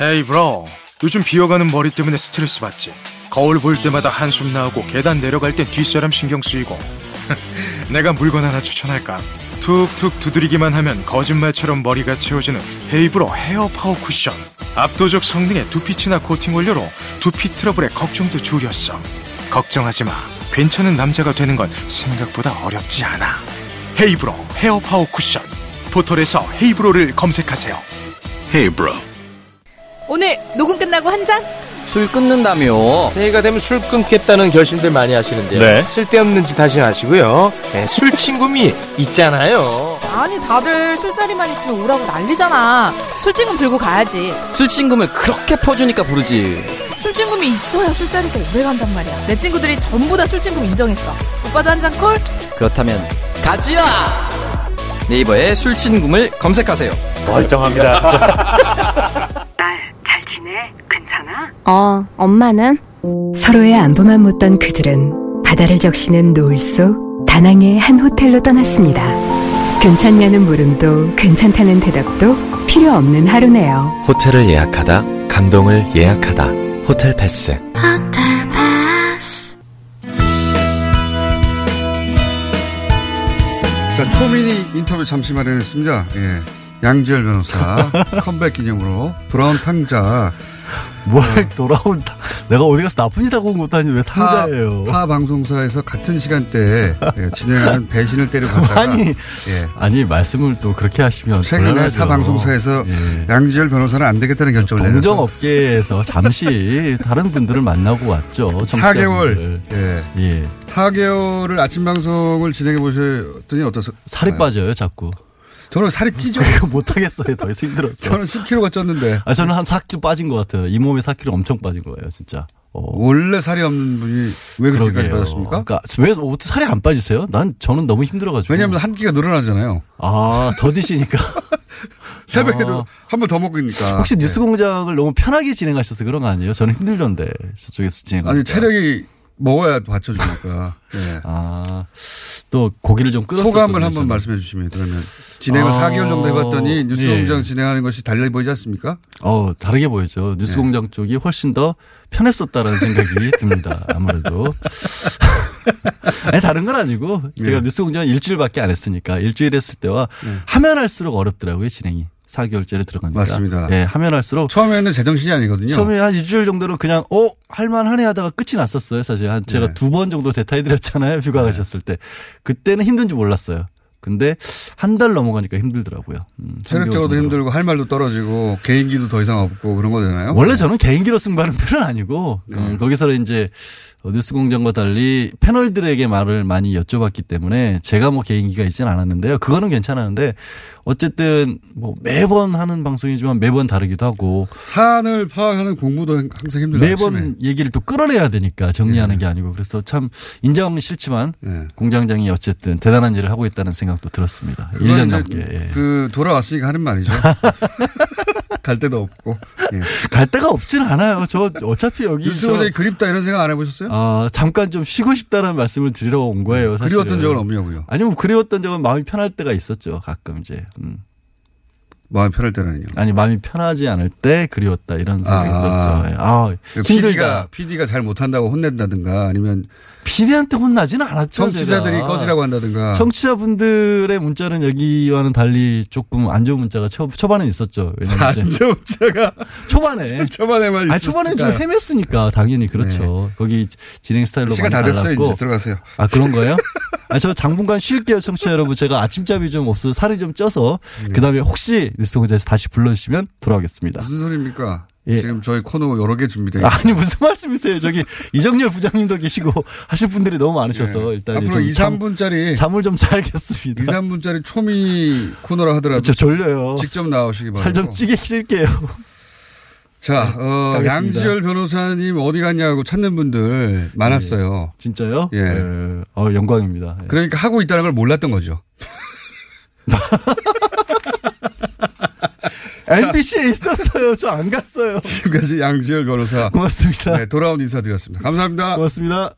Speaker 11: 헤이 브로 요즘 비어가는 머리 때문에 스트레스 받지 거울 볼 때마다 한숨 나오고 계단 내려갈 땐 뒷사람 신경 쓰이고 내가 물건 하나 추천할까 툭툭 두드리기만 하면 거짓말처럼 머리가 채워지는 헤이브로 헤어 파워 쿠션 압도적 성능의 두피치나 코팅 원료로 두피 트러블의 걱정도 줄였어 걱정하지 마 괜찮은 남자가 되는 건 생각보다 어렵지 않아 헤이브로 헤어 파워 쿠션 포털에서 헤이브로를 검색하세요 헤이브로
Speaker 12: 아,
Speaker 6: 오늘 녹음 끝나고 한 잔?
Speaker 13: 술 끊는다며 새해가 되면 술 끊겠다는 결심들 많이 하시는데
Speaker 14: 네.
Speaker 13: 쓸데없는 짓 하지 마시고요 네, 술 친구미 있잖아요
Speaker 15: 아니 다들 술자리만 있으면 오라고 난리잖아 술친금 들고 가야지
Speaker 14: 술 친구면 그렇게 퍼주니까 부르지
Speaker 15: 술친금이 있어야 술자리가 오래간단 말이야 내 친구들이 전부 다 술친금 인정했어 오빠도 한 잔 콜?
Speaker 14: 그렇다면 가지야 네이버에 술 친구를 검색하세요 멀쩡합니다
Speaker 16: 잘 지내? 괜찮아?
Speaker 12: 어, 엄마는?
Speaker 17: 서로의 안부만 묻던 그들은 바다를 적시는 노을 속 다낭의 한 호텔로 떠났습니다. 괜찮냐는 물음도 괜찮다는 대답도 필요 없는 하루네요.
Speaker 18: 호텔을 예약하다 감동을 예약하다 호텔 패스
Speaker 9: 자, 초민이 인터뷰 잠시 마련했습니다. 예. 양지열
Speaker 10: (laughs)
Speaker 9: 변호사 컴백 기념으로 돌아온 탕자.
Speaker 19: 뭘 돌아온 탕? 내가 어디 가서 나쁜 짓 하고 온 것도 아닌데 왜
Speaker 9: 타,
Speaker 19: 탕자예요?
Speaker 9: 타 방송사에서 같은 시간대에 예,
Speaker 19: (laughs)
Speaker 9: 진행하는 배신을 때려 갔다가
Speaker 19: 아니,
Speaker 9: 예.
Speaker 19: 아니 말씀을 또 그렇게 하시면
Speaker 9: 최근에
Speaker 19: 곤란하죠. 예. 아,
Speaker 9: 타 방송사에서 양지열 변호사는 안 되겠다는 결정을
Speaker 19: 동정
Speaker 9: 내려서
Speaker 19: 업계에서
Speaker 9: (laughs)
Speaker 19: 잠시 다른 분들을 만나고 왔죠. 청취자분들.
Speaker 9: 4개월 예.
Speaker 19: 예.
Speaker 9: 4개월을 아침 방송을 진행해 보셨더니 어떠세요?
Speaker 19: 살이 빠져요,
Speaker 9: (laughs)
Speaker 19: 자꾸.
Speaker 9: 저는 살이
Speaker 19: (laughs)
Speaker 9: 찌죠.
Speaker 19: 못 하겠어요. 더 이상 힘들었어요.
Speaker 9: 저는 10kg가 쪘는데.
Speaker 19: 아, 저는 한 4kg 빠진 것 같아요. 이 몸에 4kg 엄청 빠진 거예요, 진짜.
Speaker 9: 원래 살이 없는 분이 왜 그렇게까지 빠졌습니까?
Speaker 19: 그러니까 왜 어떻게 살이 안 빠지세요? 난 저는 너무 힘들어가지고.
Speaker 9: 왜냐하면 한 끼가 늘어나잖아요.
Speaker 19: 아, 더 드시니까.
Speaker 9: (laughs)
Speaker 19: (laughs)
Speaker 9: 새벽에도 한 번 더 먹으니까.
Speaker 19: 아. 혹시
Speaker 9: 네.
Speaker 19: 뉴스공장을 너무 편하게 진행하셔서 그런 거 아니에요? 저는 힘들던데 저쪽에서 진행.
Speaker 9: 아니 체력이 먹어야 받쳐주니까. 예.
Speaker 19: 아, 또 고기를 좀 끓였어요.
Speaker 9: 소감을 한번 말씀해 주시면 그러면 진행을
Speaker 19: 아,
Speaker 9: 4개월 정도 해봤더니 뉴스
Speaker 19: 예.
Speaker 9: 공장 진행하는 것이 달라 보이지 않습니까?
Speaker 19: 어 다르게 보이죠.
Speaker 9: 네.
Speaker 19: 뉴스공장 쪽이 훨씬 더 편했었다라는 생각이 (laughs) 듭니다. 아무래도. (laughs) 아니 다른 건 아니고 제가
Speaker 9: 네.
Speaker 20: 예.
Speaker 19: 뉴스공장 일주일밖에 안 했으니까 일주일 했을 때와 하면 할수록 어렵더라고요 진행이. 4개월째로 들어가니까.
Speaker 9: 맞습니다.
Speaker 19: 예, 하면 할수록
Speaker 9: 처음에는 제정신이 아니거든요.
Speaker 19: 처음에 한 일주일 정도는 그냥 어 할만하네 하다가 끝이
Speaker 9: 네.
Speaker 19: 났었어요 사실 한 제가 두 번 정도 대타 해드렸잖아요 휴가 가셨을 때 그때는 힘든지 몰랐어요 근데 한 달 넘어가니까 힘들더라고요. 음,
Speaker 9: 체력적으로도
Speaker 19: 힘들고.
Speaker 9: 힘들고 할 말도 떨어지고 개인기도 더 이상 없고 그런 거 되나요?
Speaker 19: 원래 저는 개인기로 승부하는 편은 아니고 음, 거기서 이제 뉴스공장과 달리 패널들에게 말을 많이 여쭤봤기 때문에 제가 뭐 개인기가 있지는 않았는데요. 그거는 괜찮았는데 어쨌든 뭐 매번 하는 방송이지만 매번 다르기도 하고
Speaker 9: 산을 파악하는 공부도 항상 힘들어요.
Speaker 19: 매번
Speaker 9: 아침에.
Speaker 19: 얘기를 또 끌어내야 되니까 정리하는 게 아니고 그래서 참 인정은 싫지만 공장장이 어쨌든 대단한 일을 하고 있다는 생각도 들었습니다.
Speaker 9: 그건
Speaker 19: 1년
Speaker 9: 이제
Speaker 19: 넘게 예.
Speaker 9: 그 돌아왔으니까
Speaker 19: (laughs)
Speaker 9: 하는 말이죠. 갈 데도 없고 예.
Speaker 19: 갈 데가 없진 않아요. 저 어차피 여기
Speaker 9: 뉴스
Speaker 19: 저-
Speaker 9: 보자 그립다 이런 생각 안 해보셨어요?
Speaker 19: 아, 잠깐 좀 쉬고 싶다라는 말씀을 드리러 온 거예요. 사실은.
Speaker 9: 그리웠던 적은 없냐고요?
Speaker 19: 아니, 뭐 그리웠던 적은 마음이 편할 때가 있었죠. 가끔 이제. 음.
Speaker 9: 마음이 편할 때는요.
Speaker 19: 아니, 마음이 편하지 않을 때 그리웠다 이런 생각이 들었죠. 예.
Speaker 9: 아,
Speaker 19: 아, 힘들다.
Speaker 9: PD가 PD가 잘 못한다고 혼낸다든가 아니면
Speaker 19: PD한테 혼나지는 않았죠.
Speaker 9: 청취자들이
Speaker 19: 제가.
Speaker 9: 꺼지라고 한다든가.
Speaker 19: 청취자분들의 문자는 여기와는 달리 조금 안 좋은 문자가 초, 초반에 있었죠. 왜냐면 이제
Speaker 9: 안 좋은 차가
Speaker 19: 초반에
Speaker 9: (laughs) 초반에만
Speaker 19: 네. 아니, 초반엔 좀
Speaker 9: 있었으니까요. 네.
Speaker 19: 헤맸으니까 당연히 그렇죠. 거기 진행 스타일로
Speaker 9: 시간
Speaker 19: 많이
Speaker 9: 다 됐어요.
Speaker 19: 달랐고.
Speaker 9: 이제 들어가세요.
Speaker 19: 아 그런
Speaker 9: (laughs)
Speaker 19: 거예요? 아, 저 당분간 쉴게요, 청취자 여러분. 제가 아침잠이 좀 없어서 살이 좀 쪄서 그다음에 혹시 뉴스공장에서 다시 불러주시면 돌아오겠습니다.
Speaker 9: 네. 무슨 소리입니까?
Speaker 19: 예.
Speaker 9: 지금 저희 코너 여러 개 준비돼 있어요.
Speaker 19: 아니 무슨 말씀이세요? 저기 이정열 부장님도 계시고 하실 분들이 너무 많으셔서 일단
Speaker 9: 예. 앞으로
Speaker 19: 좀
Speaker 9: 2,
Speaker 19: 잠-
Speaker 9: 3분짜리
Speaker 19: 잠을 좀 자야겠습니다.
Speaker 9: 2, 3분짜리 초미 코너라 하더라도
Speaker 19: 저 졸려요.
Speaker 9: 직접 나오시기 바랍니다.
Speaker 19: 살좀 찌게 찔게요. 네,
Speaker 9: 자, 어,
Speaker 19: 가겠습니다. 네.
Speaker 9: 양지열 변호사님 어디 갔냐고 찾는 분들 많았어요.
Speaker 19: 진짜요?
Speaker 9: 예.
Speaker 19: 어, 영광입니다. 예.
Speaker 9: 그러니까 하고 있다는 걸 몰랐던 거죠. (laughs) 네.
Speaker 19: MBC에 네. 있었어요. 저 안
Speaker 9: (laughs)
Speaker 19: 갔어요.
Speaker 9: 지금까지 양지열 변호사.
Speaker 19: 고맙습니다.
Speaker 9: 네, 돌아온 인사드렸습니다. 감사합니다.
Speaker 19: 고맙습니다.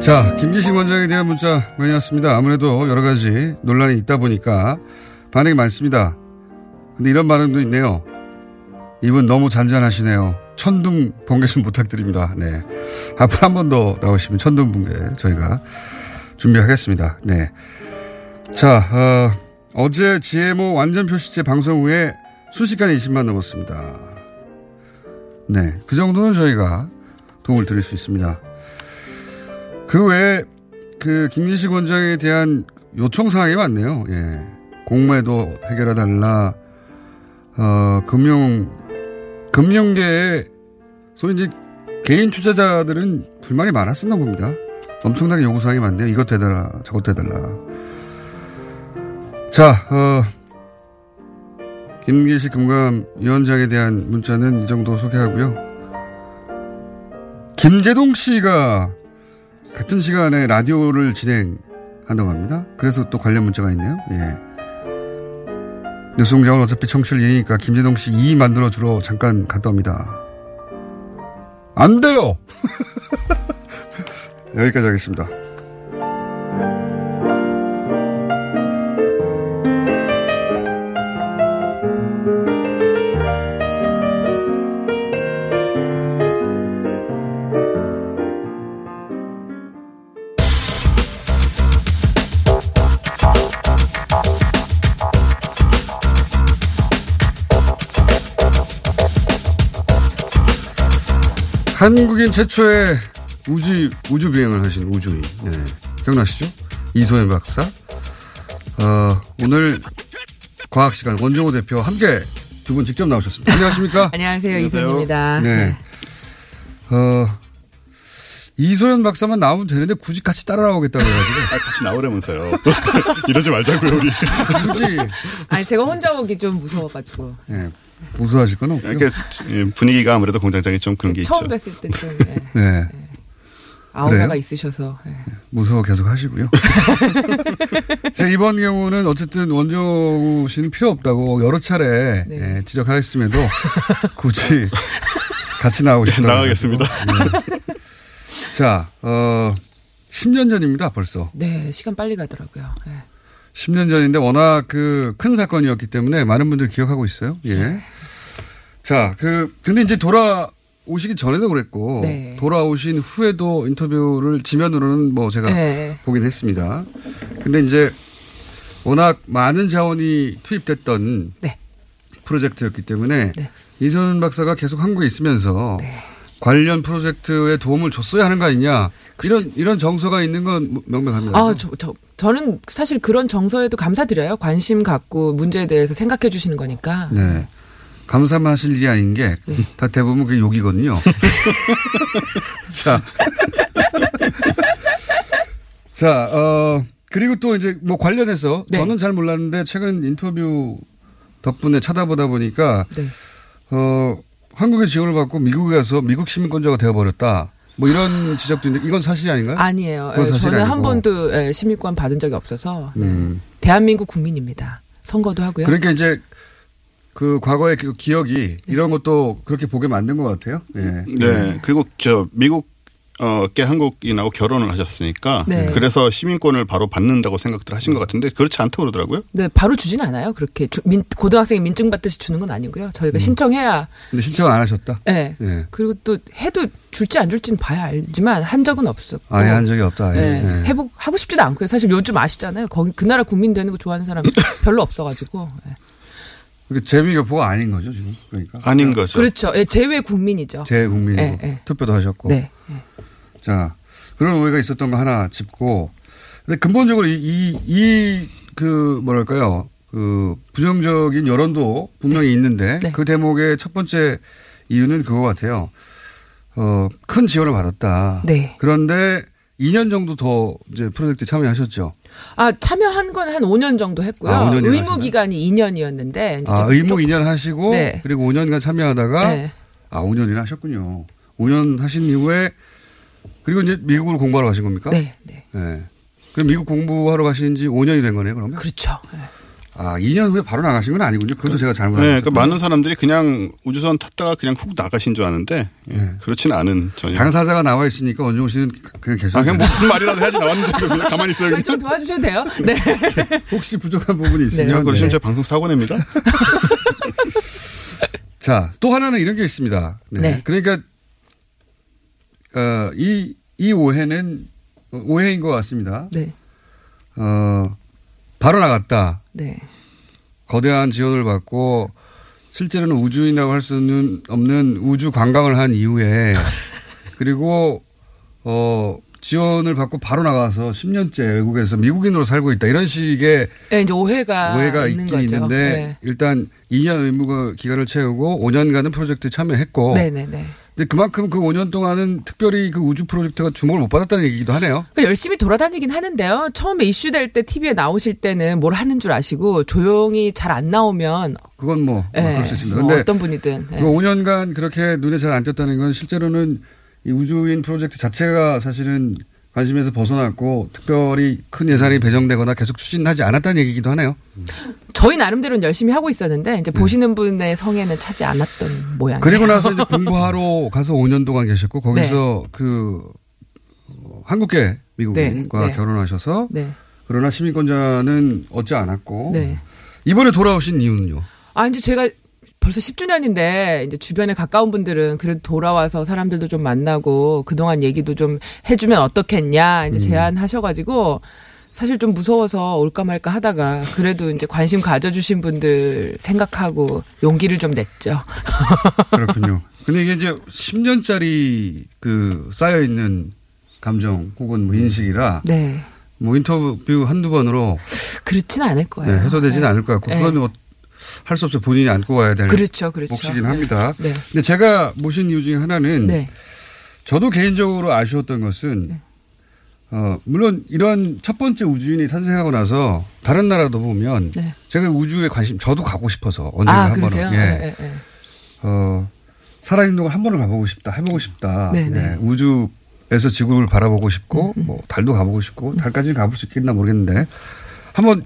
Speaker 9: 자, 김기식 원장에 대한 문자 많이 왔습니다. 아무래도 여러 가지 논란이 있다 보니까 반응이 많습니다. 근데 이런 반응도 있네요. 이분 너무 잔잔하시네요. 천둥 번개 좀 부탁드립니다. 네. 앞으로 한 번 더 나오시면 천둥 번개 저희가 준비하겠습니다. 네. 자, 어, 제 GMO 완전 표시제 방송 후에 순식간에 20만 넘었습니다. 네. 그 정도는 저희가 도움을 드릴 수 있습니다. 그 외에 그 김민식 원장에 대한 요청 사항이 많네요. 예. 공매도 해결해 달라. 어, 금융 금융계에 소위 이제 개인 투자자들은 불만이 많았었나 봅니다. 엄청나게 요구 사항이 많네요. 이것 되달라, 저것 되달라. 자, 어, 김기식 금감 위원장에 대한 문자는 이 정도 소개하고요. 김재동 씨가 같은 시간에 라디오를 진행한다고 합니다. 그래서 또 관련 문자가 있네요. 예. 뉴스공장은 네, 어차피 청취율 얘기니까 김재동 씨 2 만들어 주러 잠깐 갔다 옵니다. 안 돼요! (laughs) 여기까지 하겠습니다. 한국인 최초의 우주, 우주 비행을 하신 우주인. 네. 기억나시죠? 이소연 박사. 어, 오늘 과학시간 원종호 대표 함께 두 분 직접 나오셨습니다. (laughs) 안녕하십니까?
Speaker 1: 안녕하세요, 이선입니다.
Speaker 9: 네. 어, 이소연 박사만 나오면 되는데 굳이 같이 따라 나오겠다고 해가지고.
Speaker 12: 같이 나오라면서요. (laughs) 이러지 말자고요, 우리.
Speaker 9: 굳이.
Speaker 1: (laughs) 아니 제가 혼자 오기 좀 무서워가지고
Speaker 9: 예. 무수하실 건 없고요.
Speaker 12: 이렇게 예, 분위기가 아무래도 공장장이 좀 그런 게
Speaker 1: 처음
Speaker 12: 있죠.
Speaker 1: 뵀을 때좀
Speaker 9: 네.
Speaker 1: 예. 아우라가
Speaker 9: 그래요?
Speaker 1: 있으셔서 예.
Speaker 9: 무서워 계속
Speaker 1: (laughs)
Speaker 9: 하시고요. 제가 이번 경우는 어쨌든 원종우 씨는 필요 없다고 여러 차례
Speaker 1: 네.
Speaker 9: 예, 지적하였음에도 굳이 같이 나오신다.
Speaker 12: 나가겠습니다.
Speaker 9: 자, 어, 10년 전입니다, 벌써.
Speaker 1: 네 시간 빨리 가더라고요. 예.
Speaker 9: 10년 전인데 워낙 그 큰 사건이었기 때문에 많은 분들 기억하고 있어요.
Speaker 1: 네.
Speaker 9: 예. 자, 그, 근데 이제 돌아오시기 전에도 그랬고,
Speaker 1: 네.
Speaker 9: 돌아오신 후에도 인터뷰를 지면으로는 뭐 제가
Speaker 1: 네.
Speaker 9: 보긴 했습니다. 근데 이제 워낙 많은 자원이 투입됐던
Speaker 1: 네.
Speaker 9: 프로젝트였기 때문에 이소연 박사가 계속 한국에 있으면서
Speaker 1: 네.
Speaker 9: 관련 프로젝트에 도움을 줬어야 하는 거 아니냐 이런 이런 정서가 있는 건뭐 명백합니다.
Speaker 1: 아, 저, 저, 저는 사실 그런 정서에도 감사드려요. 관심 갖고 문제에 대해서 생각해 주시는 거니까.
Speaker 9: 네. 감사만 하실 일이 아닌 게, 다 대부분 그게 욕이거든요. 자. 자, 어, 그리고 또 이제 뭐 관련해서, 저는 잘 몰랐는데, 최근 인터뷰 덕분에 찾아보다 보니까, 어, 한국에 지원을 받고 미국에 가서 미국 시민권자가 되어버렸다. 뭐 이런 지적도 있는데, 이건 사실이 아닌가요?
Speaker 1: 아니에요.
Speaker 9: 그건
Speaker 1: 예,
Speaker 9: 사실이
Speaker 1: 저는 한
Speaker 9: 아니고.
Speaker 1: 번도 예, 시민권 받은 적이 없어서
Speaker 9: 음.
Speaker 1: 대한민국 국민입니다. 선거도 하고요.
Speaker 9: 그러니까 이제 그 과거의 그 기억이 이런 것도 그렇게 보게 만든 것 같아요. 예.
Speaker 12: 네. 그리고 저 미국 어께 한국인하고 결혼을 하셨으니까
Speaker 1: 네.
Speaker 12: 그래서 시민권을 바로 받는다고 생각들 하신 것 같은데 그렇지 않다고 그러더라고요.
Speaker 1: 네, 바로 주진 않아요. 그렇게 주- 민- 고등학생이 민증 받듯이 주는 건 아니고요.
Speaker 9: 음.
Speaker 1: 저희가 신청해야
Speaker 9: 근데 신청 안 하셨다.
Speaker 1: 예.
Speaker 9: 예.
Speaker 1: 그리고 또 해도 줄지 안 줄지는 봐야 알지만 한 적은 없었고.
Speaker 9: 아예 한 적이 없다. 아예.
Speaker 1: 예,
Speaker 9: 예.
Speaker 1: 해복 하고 싶지도 않고요. 사실 요즘 아시잖아요. 거기 그 나라 국민 되는 거 좋아하는
Speaker 9: (coughs)
Speaker 1: 사람 별로 없어가지고. 예.
Speaker 9: 그러니까 재미교포가 아닌 거죠 지금. 그러니까
Speaker 11: 네.
Speaker 9: 아,
Speaker 12: 아닌 거죠.
Speaker 1: 그렇죠. 예, 제외 국민이죠.
Speaker 9: 제 국민이고
Speaker 1: 예, 예.
Speaker 9: 투표도 하셨고.
Speaker 1: 네.
Speaker 9: 자 그런 오해가 있었던 거 하나 짚고. 근데 근본적으로 이이그 뭐랄까요 그 부정적인 여론도
Speaker 1: 네.
Speaker 9: 분명히 있는데 그 대목의 첫 번째 이유는 그거 같아요. 어큰 지원을 받았다.
Speaker 1: 네.
Speaker 9: 그런데 2년 정도 더 이제 프로젝트 에 참여하셨죠.
Speaker 1: 아 참여한 건 한 5년 정도 했고요.
Speaker 9: 아, 5년이나
Speaker 1: 의무 기간이 2년이었는데.
Speaker 9: 아, 의무 2년 하시고
Speaker 1: 네.
Speaker 9: 그리고 5년간 참여하다가
Speaker 1: 네.
Speaker 9: 아 5년이나 하셨군요. 5년 하신 이후에 그리고 이제 미국으로 공부하러 가신 겁니까?
Speaker 1: 네,
Speaker 9: 네. 그럼 미국 공부하러 가신 지 5년이 된 거네요, 그러면?
Speaker 1: 그렇죠.
Speaker 9: 아, 2년 후에 바로 나가신 건 아니군요. 그것도 제가 잘못
Speaker 12: 네,
Speaker 9: 알았어요.
Speaker 12: 그러니까 많은 사람들이 그냥 우주선 탔다가 그냥 훅 나가신 줄 아는데 예, 그렇진 않은 전혀.
Speaker 9: 당사자가 나와 있으니까 원종우 씨는 그냥 계속.
Speaker 12: 아, 그냥 무슨 말이라도 해야지 나왔는데 그냥 (laughs) 가만히 있어요.
Speaker 1: 아니, 좀 도와주셔도 돼요. 네.
Speaker 9: (laughs) 혹시 부족한 부분이 있으면
Speaker 12: 자, 그러시면
Speaker 9: 네.
Speaker 12: 제가 방송 사고 냅니다.
Speaker 9: 자, 또 하나는 이런 게 있습니다. 네.
Speaker 12: 네.
Speaker 9: 그러니까, 어, 이, 이 오해는 오해인 것 같습니다.
Speaker 1: 네.
Speaker 9: 어, 바로 나갔다.
Speaker 1: 네.
Speaker 9: 거대한 지원을 받고 실제로는 우주인이라고 할 수는 없는 우주 관광을
Speaker 1: (laughs)
Speaker 9: 한 이후에 그리고 어 지원을 받고 바로 나가서 10년째 외국에서 미국인으로 살고 있다 이런 식의
Speaker 1: 예, 이제 오해가,
Speaker 9: 오해가
Speaker 1: 있는
Speaker 9: 있긴
Speaker 1: 거죠.
Speaker 9: 있는데
Speaker 1: 네.
Speaker 9: 일단 2년 의무 기간을 채우고 5년간은 프로젝트에 참여했고
Speaker 1: 네, 네, 네.
Speaker 9: 근데 그만큼 그 5년 동안은 특별히 그 우주 프로젝트가 주목을 못 받았다는 얘기기도 하네요.
Speaker 1: 그러니까 열심히 돌아다니긴 하는데요. 처음에 이슈 될 때 TV에 나오실 때는 뭘 하는 줄 아시고 조용히 잘 안 나오면
Speaker 9: 그건 뭐
Speaker 1: 예,
Speaker 9: 그럴 수 있습니다.
Speaker 1: 뭐
Speaker 9: 근데
Speaker 1: 어떤 분이든 예.
Speaker 9: 그 5년간 그렇게 눈에 잘 안 띄었다는 건 실제로는 이 우주인 프로젝트 자체가 사실은 관심에서 벗어났고 특별히 큰 예산이 배정되거나 계속 추진하지 않았다는 얘기기도 하네요.
Speaker 1: 저희 나름대로는 열심히 하고 있었는데 이제 보시는 분의 성에는 차지 않았던 모양이에요.
Speaker 9: 그리고 나서
Speaker 1: (laughs)
Speaker 9: 이제 공부하러 가서 5년 동안 계셨고
Speaker 1: 네.
Speaker 9: 거기서 그 어, 한국계 미국인과
Speaker 1: 네, 네.
Speaker 9: 결혼하셔서
Speaker 1: 네.
Speaker 9: 그러나 시민권자는 얻지 않았고
Speaker 1: 네.
Speaker 9: 이번에 돌아오신 이유는요?
Speaker 1: 아 이제 제가 벌써 10주년인데 이제 주변에 가까운 분들은 그래도 돌아와서 사람들도 좀 만나고 그동안 얘기도 좀 해주면 어떻겠냐
Speaker 9: 음.
Speaker 1: 이제 제안하셔가지고 사실 좀 무서워서 올까 말까 하다가 그래도 이제 관심 가져주신 분들 생각하고 용기를 좀 냈죠. (laughs)
Speaker 9: 그렇군요. 근데 이게 이제 10년짜리 그 쌓여 있는 감정 혹은 뭐 인식이라
Speaker 1: 네.
Speaker 9: 뭐 인터뷰 한두 번으로
Speaker 1: 그렇진 않을 거예요.
Speaker 9: 네, 해소되지는
Speaker 1: 네.
Speaker 9: 않을 것 같고
Speaker 1: 네.
Speaker 9: 그건 뭐 할 수 없어요. 본인이 안고 가야 될
Speaker 1: 그렇죠, 그렇죠.
Speaker 9: 몫이긴
Speaker 1: 네.
Speaker 9: 합니다.
Speaker 1: 네.
Speaker 9: 근데 제가 모신 이유 중에 하나는
Speaker 1: 네.
Speaker 9: 저도 개인적으로 아쉬웠던 것은 어, 물론 이런 첫 번째 우주인이 탄생하고 나서 다른 나라도 보면
Speaker 1: 네.
Speaker 9: 제가 우주에 관심 저도 가고 싶어서 언젠가
Speaker 1: 아
Speaker 9: 한 번은
Speaker 1: 그러세요?
Speaker 9: 예.
Speaker 1: 네, 네, 네.
Speaker 9: 어, 살아있는 동안 한 번은 가보고 싶다, 해보고 싶다.
Speaker 1: 네, 네. 음,
Speaker 9: 예, 우주에서 지구를 바라보고 싶고, 뭐 달도 가보고 싶고, 달까지 가볼 수 있겠나 모르겠는데, 한번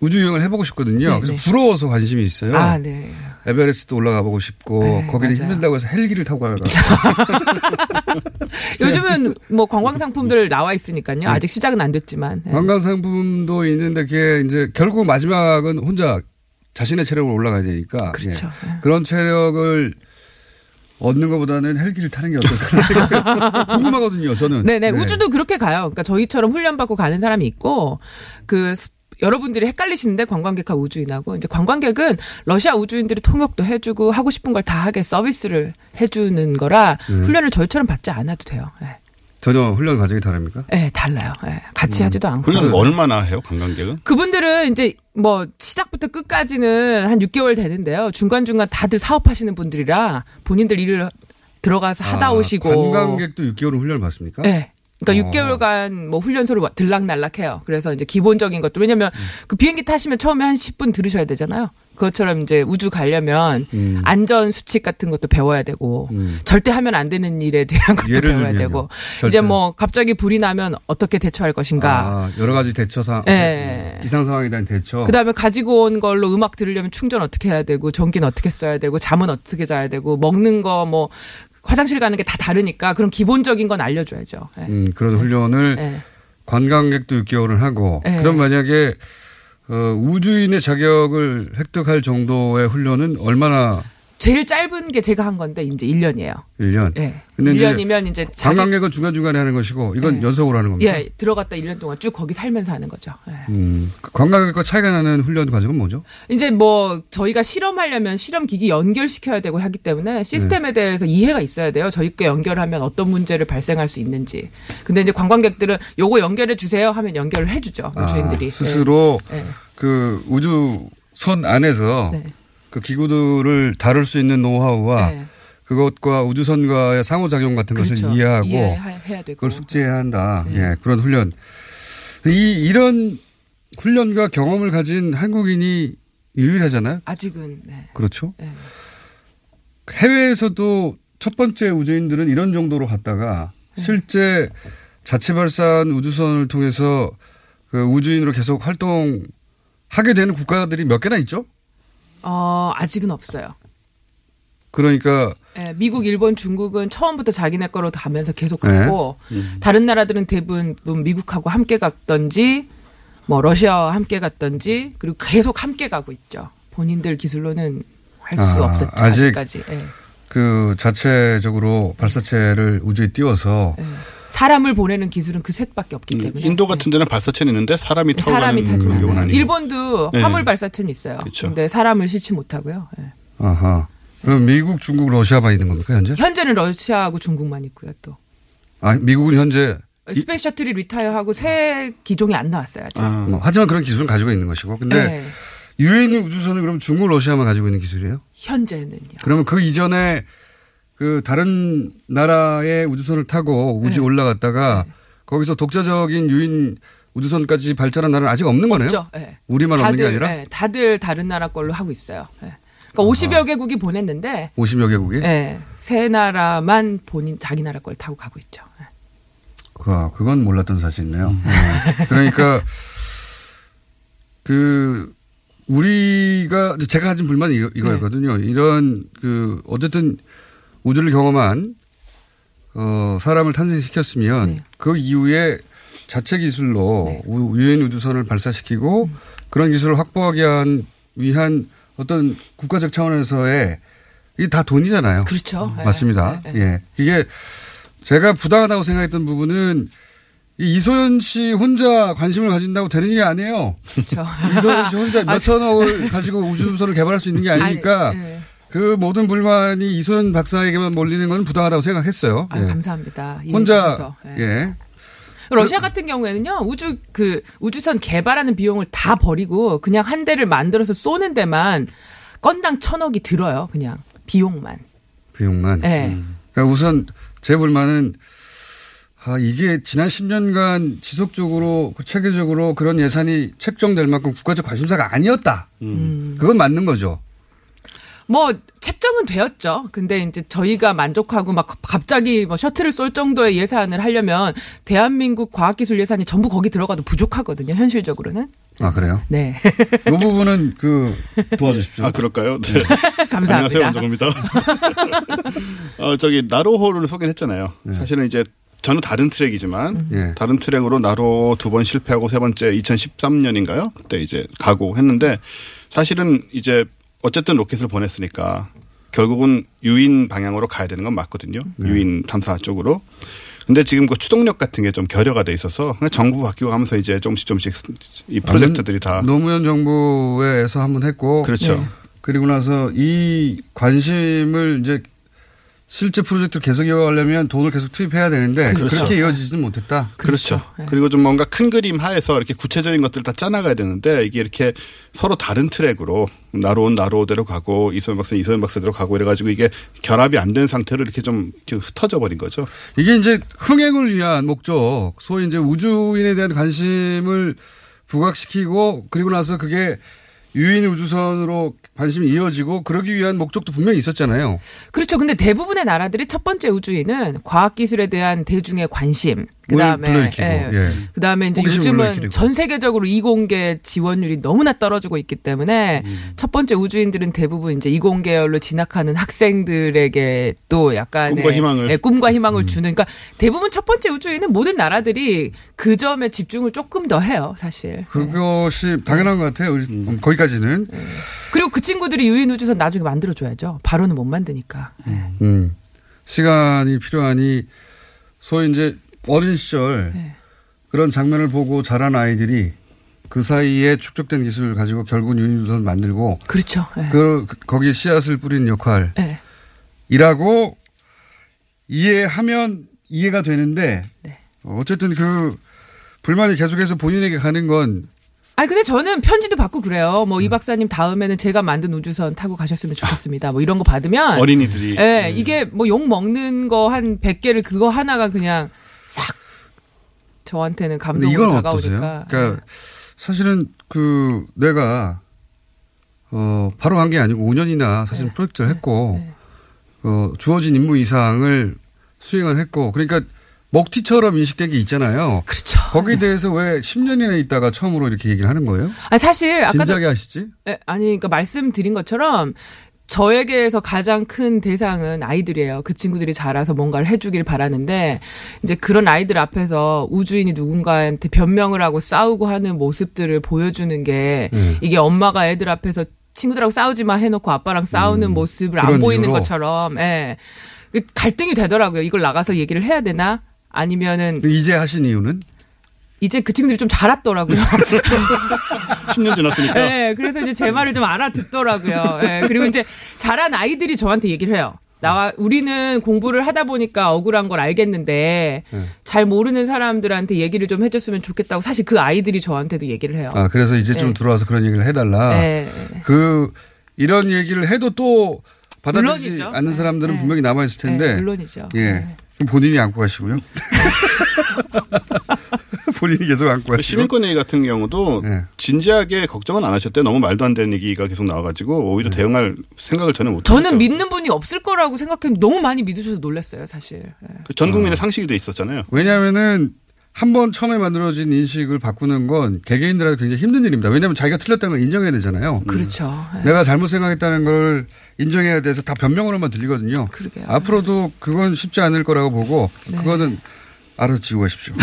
Speaker 9: 우주 여행을 해보고 싶거든요.
Speaker 1: 네,
Speaker 9: 그래서
Speaker 1: 네.
Speaker 9: 부러워서 관심이 있어요.
Speaker 1: 아 네.
Speaker 9: 에베레스트 올라가 보고 싶고,
Speaker 1: 네,
Speaker 9: 거기는
Speaker 1: 맞아요.
Speaker 9: 힘들다고 해서 헬기를 타고 가고.
Speaker 1: (laughs) 요즘은 뭐 관광 상품들 나와 있으니까요. 아직 시작은 안 됐지만. 예.
Speaker 9: 네. 관광상품도 있는데, 그게 이제 결국 마지막은 혼자 자신의 체력으로 올라가야 되니까.
Speaker 1: 그렇죠.
Speaker 9: 예. 그런 체력을 얻는 것보다는 헬기를 타는 게 어떨까 (laughs) 궁금하거든요, 저는.
Speaker 1: 네네
Speaker 9: 네.
Speaker 1: 우주도 그렇게 가요. 그러니까 저희처럼 훈련 받고 가는 사람이 있고 그 스-
Speaker 10: 여러분들이 헷갈리시는데 관광객하고 우주인하고 이제 관광객은 러시아 우주인들이 통역도 해주고 하고 싶은 걸 다 하게 서비스를 해주는 거라
Speaker 9: 음.
Speaker 10: 훈련을 저희처럼 받지 않아도 돼요. 예,
Speaker 9: 전혀 훈련 과정이 다릅니까?
Speaker 10: 예, 달라요. 예,
Speaker 9: 음.
Speaker 10: 같이 하지도 않고.
Speaker 12: 훈련 아, 얼마나 해요 관광객은?
Speaker 10: 그분들은 이제 뭐 시작부터 끝까지는 한 6개월 되는데요. 중간중간 다들 사업하시는 분들이라 본인들 일을 들어가서 하다
Speaker 9: 아,
Speaker 10: 오시고
Speaker 9: 관광객도 6개월은 훈련을 받습니까?
Speaker 10: 네. 그러니까
Speaker 9: 어.
Speaker 10: 6개월간 뭐 훈련소를 와- 들락날락해요. 그래서 이제 기본적인 것도 왜냐면
Speaker 9: 음.
Speaker 10: 그 비행기 타시면 처음에 한 10분 들으셔야 되잖아요. 그것처럼 이제 우주 가려면
Speaker 9: 음.
Speaker 10: 안전 수칙 같은 것도 배워야 되고
Speaker 9: 음.
Speaker 10: 절대 하면 안 되는 일에 대한 (laughs) 것도
Speaker 9: 예를
Speaker 10: 배워야
Speaker 9: 들면요.
Speaker 10: 되고 이제
Speaker 9: 절대요?
Speaker 10: 뭐 갑자기 불이 나면 어떻게 대처할 것인가.
Speaker 9: 아, 여러 가지 대처 상
Speaker 10: 예.
Speaker 9: 이상 상황에 대한 대처.
Speaker 10: 그다음에 가지고 온 걸로 음악 들으려면 충전 어떻게 해야 되고 전기는 어떻게 써야 되고 잠은 어떻게 자야 되고 먹는 거 뭐 화장실 가는 게 다 다르니까 그런 기본적인 건 알려줘야죠. 예.
Speaker 9: 음, 그런 훈련을
Speaker 10: 예.
Speaker 9: 관광객도 6개월은 하고
Speaker 10: 예.
Speaker 9: 그럼 만약에 어, 우주인의 자격을 획득할 정도의 훈련은 얼마나
Speaker 10: 제일 짧은 게 제가 한 건데 이제 1년이에요.
Speaker 9: 1년?
Speaker 10: 예.
Speaker 9: 근데 이제
Speaker 10: 1년이면 이제 자기-
Speaker 9: 관광객은 중간중간에 하는 것이고 이건 연속으로 하는 겁니다.
Speaker 10: 예, 들어갔다 1년 동안 쭉 거기 살면서 하는 거죠. 예.
Speaker 9: 음, 관광객과 차이가 나는 훈련 과정은 뭐죠?
Speaker 10: 이제 뭐 저희가 실험하려면 실험 기기 연결시켜야 되고 하기 때문에
Speaker 9: 네.
Speaker 10: 시스템에 대해서 이해가 있어야 돼요. 저희께 연결하면 어떤 문제를 발생할 수 있는지. 근데 이제 관광객들은 요거 연결해 주세요 하면 연결을 해 주죠.
Speaker 9: 아,
Speaker 10: 우주인들이. 예.
Speaker 9: 스스로
Speaker 10: 예.
Speaker 9: 그 우주선 안에서
Speaker 10: 네.
Speaker 9: 그 기구들을 다룰 수 있는 노하우와 그것과 우주선과의 상호작용 같은
Speaker 10: 그렇죠.
Speaker 9: 것을 이해하고
Speaker 10: 이해해야 되고. 네.
Speaker 9: 그걸 숙제해야 한다. 예, 그런 훈련. 이 이런 훈련과 경험을 가진 한국인이 유일하잖아요.
Speaker 10: 아직은 네.
Speaker 9: 그렇죠. 해외에서도 첫 번째 우주인들은 이런 정도로 갔다가 실제 자체 발사한 우주선을 통해서 그 우주인으로 계속 활동하게 되는 국가들이 몇 개나 있죠?
Speaker 10: 어, 아직은 없어요.
Speaker 9: 그러니까
Speaker 10: 예, 미국, 일본, 중국은 처음부터 자기네 거로 가면서 계속 갔고
Speaker 9: 네.
Speaker 10: 다른 나라들은 대부분 뭐 미국하고 함께 갔던지 뭐 러시아와 함께 갔던지 그리고 계속 함께 가고 있죠. 본인들 기술로는 할 수
Speaker 9: 아,
Speaker 10: 없었죠.
Speaker 9: 아직-
Speaker 10: 아직까지. 예.
Speaker 9: 그 자체적으로 발사체를 우주에 띄워서
Speaker 10: 예, 사람을 보내는 기술은 그 셋밖에 없기 때문에
Speaker 12: 음, 인도 같은 데는 발사체는 있는데 사람이 타고
Speaker 10: 네. 사람이
Speaker 12: 가는
Speaker 10: 타진
Speaker 12: 경우는
Speaker 10: 않아요.
Speaker 12: 아니고.
Speaker 10: 일본도
Speaker 12: 네. 그렇죠.
Speaker 10: 화물 발사체는 있어요. 네. 근데 사람을 실지 못하고요. 예.
Speaker 9: 아하. 그럼 미국, 중국, 러시아만 있는 겁니까 현재?
Speaker 10: 현재는 러시아하고 중국만 있고요. 또
Speaker 9: 아 미국은 현재
Speaker 10: 스페이스 셔틀이 리타이어하고 새 기종이 안 나왔어요. 아직.
Speaker 9: 뭐, 하지만 그런 기술은 가지고 있는 것이고 근데
Speaker 10: 예.
Speaker 9: 유엔의 우주선은 그럼 중국, 러시아만 가지고 있는 기술이에요?
Speaker 10: 현재는
Speaker 9: 그러면 그 이전에 그 다른 나라의 우주선을 타고
Speaker 10: 네.
Speaker 9: 우주 에 올라갔다가 거기서 독자적인 유인 우주선까지 발전한 나라는 아직 없는 거네요.
Speaker 10: 없죠. 예.
Speaker 9: 우리만 없는 게
Speaker 10: 다들,
Speaker 9: 아니라
Speaker 10: 예, 다들 다른 나라 걸로 하고 있어요. 예. 그러니까 50여 개국이 보냈는데
Speaker 9: 50여 개국이.
Speaker 10: 예, 세 나라만 본인 자기 나라 걸 타고 가고 있죠. 네. 음.
Speaker 9: 그, 그건 몰랐던 사실이네요. 네.
Speaker 10: (laughs)
Speaker 9: 그러니까 그 우리가 제가 가진 불만이
Speaker 10: 네.
Speaker 9: 이거, 이거였거든요. 이런 그 어쨌든 우주를 경험한 어 사람을 탄생시켰으면
Speaker 10: 네.
Speaker 9: 그 이후에 자체 기술로 우 유엔 우주선을 발사시키고
Speaker 10: 음.
Speaker 9: 그런 기술을 확보하기 한, 위한 어떤 국가적 차원에서의 이게 다 돈이잖아요.
Speaker 10: 그렇죠. 예,
Speaker 9: 맞습니다.
Speaker 10: 예, 예.
Speaker 9: 예. 이게 제가 부당하다고 생각했던 부분은 이 이소연 씨 혼자 관심을 가진다고 되는 일이 아니에요.
Speaker 10: 그렇죠.
Speaker 9: 이소연 씨 혼자
Speaker 10: 아,
Speaker 9: 몇 천억을 가지고 우주선을 개발할 수 있는 게 아니니까
Speaker 10: 네.
Speaker 9: 그 모든 불만이 이소연 박사에게만 몰리는 건 부당하다고 생각했어요.
Speaker 10: 아,
Speaker 9: 예.
Speaker 10: 감사합니다. 이해해
Speaker 9: 혼자
Speaker 10: 주셔서. 예.
Speaker 9: 예.
Speaker 10: 러시아 같은 경우에는요 우주 그 우주선 개발하는 비용을 다 버리고 그냥 한 대를 만들어서 쏘는 데만 건당 천억이 들어요 그냥 비용만.
Speaker 9: 비용만.
Speaker 10: 예.
Speaker 9: 그러니까 우선 제 불만은 아, 이게 지난 10년간 지속적으로 그 체계적으로 그런 예산이 책정될 만큼 국가적 관심사가 아니었다.
Speaker 10: 음.
Speaker 9: 그건 맞는 거죠.
Speaker 10: 뭐 책정은 되었죠. 근데 이제 저희가 만족하고 막 갑자기 뭐 셔틀을 쏠 정도의 예산을 하려면 대한민국 과학기술 예산이 전부 거기 들어가도 부족하거든요. 현실적으로는.
Speaker 9: 아 그래요?
Speaker 10: 네.
Speaker 9: 이 부분은 그 도와주십시오.
Speaker 12: 아 그럴까요? 네.
Speaker 10: 감사합니다.
Speaker 12: 안녕하세요, 원정입니다. 어, 저기 나로호를 소개했잖아요. 사실은 이제 저는 다른 트랙이지만
Speaker 9: 예.
Speaker 12: 다른 트랙으로 나로 두 번 실패하고 세 번째 2013년인가요? 그때 이제 가고 했는데 사실은 이제 어쨌든 로켓을 보냈으니까 결국은 유인 방향으로 가야 되는 건 맞거든요. 유인 탐사 쪽으로. 근데 지금 그 추동력 같은 게 좀 결여가 돼 있어서 그냥 정부 바뀌고 하면서 이제 조금씩 조금씩 이 프로젝트들이 다
Speaker 9: 노무현 정부에서 한번 했고 예.
Speaker 12: 그렇죠. 네.
Speaker 9: 그리고 나서 이 관심을 이제 실제 프로젝트를 계속 이어가려면 돈을 계속 투입해야 되는데 그
Speaker 12: 그렇죠.
Speaker 9: 렇게 이어지지는 못했다.
Speaker 12: 그렇죠.
Speaker 10: 네.
Speaker 12: 그리고 좀 뭔가 큰 그림 하에서 이렇게 구체적인 것들을 다 짜나가야 되는데 이게 이렇게 서로 다른 트랙으로 나로운 나로대로 가고 이소연 박사는 이소연 박사대로 가고 이래가지고 이게 결합이 안 된 상태로 이렇게 좀 이렇게 흩어져 버린 거죠.
Speaker 9: 이게 이제 흥행을 위한 목적, 소위 이제 우주인에 대한 관심을 부각시키고 그리고 나서 그게 유인 우주선으로 관심이 이어지고 그러기 위한 목적도 분명히 있었잖아요.
Speaker 10: 그렇죠. 근데 대부분의 나라들이 첫 번째 우주인은 과학 기술에 대한 대중의 관심. 그다음에
Speaker 9: 문을 불러일으키고, 예.
Speaker 10: 그다음에 이제
Speaker 9: 호기심을
Speaker 10: 요즘은
Speaker 9: 불러일으키고.
Speaker 10: 전 세계적으로 이공계 지원율이 너무나 떨어지고 있기 때문에 첫 번째 우주인들은 대부분 이제 이공계열로 진학하는 학생들에게 또 약간의
Speaker 12: 꿈과 희망을.
Speaker 10: 예, 꿈과
Speaker 12: 음.
Speaker 10: 희망을 주는 그러니까 대부분 첫 번째 우주인은 모든 나라들이 그 점에 집중을 조금 더 해요, 사실.
Speaker 9: 그것이 당연한 것 같아요. 우리 음, 거기까지는.
Speaker 10: 그리고 그 친구들이 유인 우주선 나중에 만들어 줘야죠. 바로는 못 만드니까.
Speaker 9: 음. 시간이 필요하니 소위 이제 어린 시절 그런 장면을 보고 자란 아이들이 그 사이에 축적된 기술을 가지고 결국 유니버선 만들고
Speaker 10: 그렇죠. 예.
Speaker 9: 그 거기 씨앗을 뿌리는
Speaker 10: 네.
Speaker 9: 역할이라고 이해하면 이해가 되는데 어쨌든 그 불만이 계속해서 본인에게 가는 건
Speaker 10: 아니 근데 저는 편지도 받고 그래요. 뭐 이 박사님 다음에는 제가 만든 우주선 타고 가셨으면 좋겠습니다. 뭐 이런 거 받으면
Speaker 12: 어린이들이.
Speaker 10: 예, 이게 뭐 욕 먹는 거 한 100개를 그거 하나가 그냥 싹 저한테는
Speaker 9: 근데
Speaker 10: 감동으로
Speaker 9: 이건
Speaker 10: 다가오니까. 네.
Speaker 9: 어떠세요? 그러니까 사실은 그 내가 어 바로 간 게 아니고 5년이나 사실
Speaker 10: 네.
Speaker 9: 프로젝트를 했고 어 주어진 임무 이상을 수행을 했고 그러니까 먹튀처럼 인식된 게 있잖아요.
Speaker 10: 그렇죠.
Speaker 9: 거기에 대해서 왜 10년이나 있다가 처음으로 이렇게 얘기를 하는 거예요?
Speaker 10: 아니 사실 아까도
Speaker 9: 진작에 하시지?
Speaker 10: 예, 아니 그러니까 말씀드린 것처럼 저에게서 가장 큰 대상은 아이들이에요. 그 친구들이 자라서 뭔가를 해주길 바라는데 이제 그런 아이들 앞에서 우주인이 누군가한테 변명을 하고 싸우고 하는 모습들을 보여주는 게
Speaker 21: 음.
Speaker 10: 이게 엄마가 애들 앞에서 친구들하고 싸우지 마 해놓고 아빠랑 싸우는 모습을 안
Speaker 21: 음. 그런
Speaker 10: 보이는
Speaker 21: 이유로?
Speaker 10: 것처럼 예. 그 갈등이 되더라고요. 이걸 나가서 얘기를 해야 되나? 아니면은
Speaker 9: 이제 하신 이유는?
Speaker 10: 이제 그 친구들이 좀 자랐더라고요.
Speaker 12: (laughs) 10년 지났으니까.
Speaker 10: 네, 그래서 이제 제 말을 좀 알아듣더라고요. 예, 그리고 이제 자란 아이들이 저한테 얘기를 해요. 나와 우리는 공부를 하다 보니까 억울한 걸 알겠는데
Speaker 12: 네.
Speaker 10: 잘 모르는 사람들한테 얘기를 좀 해줬으면 좋겠다고 사실 그 아이들이 저한테도 얘기를 해요.
Speaker 9: 아 그래서 이제 좀
Speaker 10: 예.
Speaker 9: 들어와서 그런 얘기를 해달라.
Speaker 10: 예.
Speaker 9: 그 이런 얘기를 해도 또 받아들이지
Speaker 10: 물론이죠.
Speaker 9: 않는 사람들은 분명히 남아 있을 텐데.
Speaker 10: 예, 물론이죠.
Speaker 9: 예. 그럼 본인이 안고 가시고요. (laughs) 본인이 계속 안고 가시고.
Speaker 12: 그 시민권 얘기 같은 경우도 진지하게 걱정은 안 하셨대. 너무 말도 안 되는 얘기가 계속 나와가지고 오히려 대응할 생각을 전혀 못.
Speaker 10: 저는 믿는 분이 없을 거라고 생각했는데 너무 많이 믿으셔서 놀랐어요, 사실. 예.
Speaker 12: 그 전 국민의 상식이 돼 있었잖아요.
Speaker 9: 왜냐하면은 한 번 처음에 만들어진 인식을 바꾸는 건 개개인들한테 굉장히 힘든 일입니다. 왜냐하면 자기가 틀렸다는 걸 인정해야 되잖아요.
Speaker 10: 그렇죠. 예.
Speaker 9: 내가 잘못 생각했다는 걸 인정해야 돼서 다 변명으로만 들리거든요.
Speaker 10: 그러게요. 네.
Speaker 9: 앞으로도 그건 쉽지 않을 거라고 보고 그거는 알아서 지고 가십시오.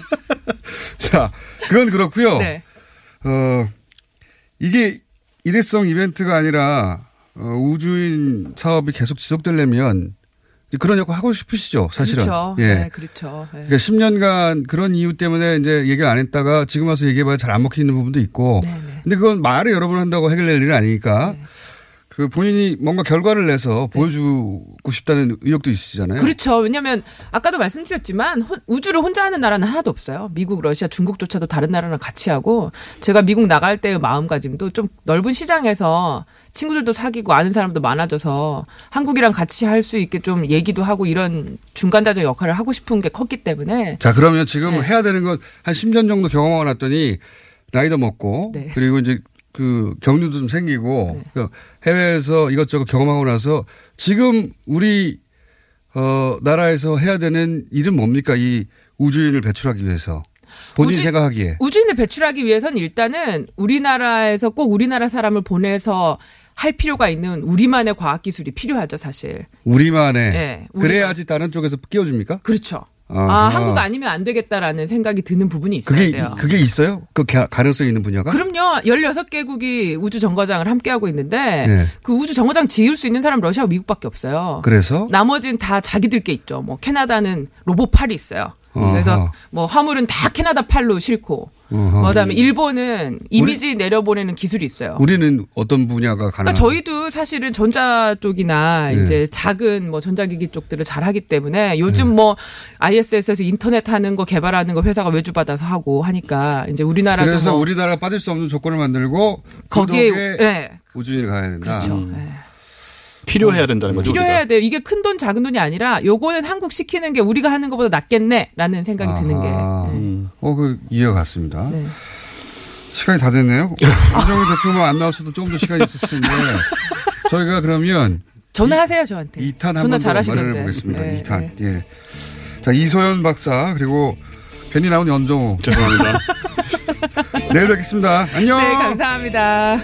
Speaker 9: (laughs) 자, 그건 그렇고요.
Speaker 10: 네.
Speaker 9: 어, 이게 일회성 이벤트가 아니라 어, 우주인 사업이 계속 지속되려면 그런 역할 하고 싶으시죠, 사실은.
Speaker 10: 그렇죠.
Speaker 9: 예.
Speaker 10: 네, 그렇죠. 예.
Speaker 9: 그러니까 10년간 그런 이유 때문에 이제 얘기를 안 했다가 지금 와서 얘기해봐야 잘 안 먹히는 부분도 있고.
Speaker 10: 네,
Speaker 9: 근데 그건 말을 여러 번 한다고 해결될 일은 아니니까. 그 본인이 뭔가 결과를 내서 보여주고 싶다는 의욕도 있으시잖아요.
Speaker 10: 네. 그렇죠. 왜냐하면 아까도 말씀드렸지만 혼- 우주를 혼자 하는 나라는 하나도 없어요. 미국, 러시아, 중국조차도 다른 나라랑 같이 하고 제가 미국 나갈 때의 마음가짐도 좀 넓은 시장에서 친구들도 사귀고 아는 사람도 많아져서 한국이랑 같이 할 수 있게 좀 얘기도 하고 이런 중간자적 역할을 하고 싶은 게 컸기 때문에
Speaker 9: 자, 그러면 지금
Speaker 10: 네.
Speaker 9: 해야 되는 건 한 10년 정도 경험하고 났더니 나이도 먹고
Speaker 10: 네.
Speaker 9: 그리고 이제 그 경륜도 좀 생기고 그 해외에서 이것저것 경험하고 나서 지금 우리 어 나라에서 해야 되는 일은 뭡니까? 이 우주인을 배출하기 위해서 본인 이
Speaker 10: 우주-
Speaker 9: 생각하기에
Speaker 10: 우주인을 배출하기 위해선 일단은 우리나라에서 꼭 우리나라 사람을 보내서 할 필요가 있는 우리만의 과학 기술이 필요하죠, 사실.
Speaker 9: 우리만의
Speaker 10: 네, 우리만.
Speaker 9: 그래야지 다른 쪽에서 끼워줍니까?
Speaker 10: 그렇죠. 아, 한국 아니면 안 되겠다라는 생각이 드는 부분이 있어야
Speaker 9: 그게
Speaker 10: 돼요.
Speaker 9: 그게 있어요? 그 가- 가능성이 있는 분야가?
Speaker 10: 그럼요. 16개국이 우주 정거장을 함께 하고 있는데
Speaker 9: 네.
Speaker 10: 그 우주 정거장 지을 수 있는 사람 러시아 미국밖에 없어요.
Speaker 9: 그래서?
Speaker 10: 나머지는 다 자기들 게 있죠. 뭐 캐나다는 로봇 팔이 있어요.
Speaker 9: 어허.
Speaker 10: 그래서 뭐 화물은 다 캐나다 팔로 싣고
Speaker 9: 어허.
Speaker 10: 뭐 그다음에 일본은 이미지 내려보내는 기술이 있어요.
Speaker 9: 우리는 어떤 분야가 가능?
Speaker 10: 그러니까 저희도 사실은 전자 쪽이나
Speaker 9: 네.
Speaker 10: 이제 작은 뭐 전자기기 쪽들을 잘 하기 때문에 요즘
Speaker 9: 예.
Speaker 10: 뭐 ISS에서 인터넷 하는 거 개발하는 거 회사가 외주 받아서 하고 하니까 이제 우리나라도
Speaker 9: 그래서
Speaker 10: 뭐
Speaker 9: 우리나라가 빠질 수 없는 조건을 만들고
Speaker 10: 거기에
Speaker 9: 구독에
Speaker 10: 예.
Speaker 9: 우주인을 가야 된다. 음.
Speaker 10: 그렇죠.
Speaker 12: 어. 필요해야 된다는 거죠.
Speaker 10: 필요해야 돼요. 이게 큰 돈 작은 돈이 아니라 요거는 한국 시키는 게 우리가 하는 것보다 낫겠네라는 생각이 드는 게 예.
Speaker 9: 음.
Speaker 10: 네.
Speaker 9: 어그 이해가 갔습니다. 시간이 다
Speaker 10: (laughs)
Speaker 9: 됐네요. 김정일 대표만 안 나왔어도 조금 더 시간이 있었을 텐데 저희가 그러면
Speaker 10: 전화하세요 저한테.
Speaker 9: 2탄
Speaker 10: 전화
Speaker 9: 한번 더
Speaker 10: 잘하시던데.
Speaker 9: 마련해 보겠습니다.
Speaker 10: 네,
Speaker 9: 이 2탄. 예. 자 이소연 박사 그리고 괜히 나온 (laughs) 연정호 죄송합니다. 내일 뵙겠습니다. 안녕.
Speaker 10: 네 감사합니다.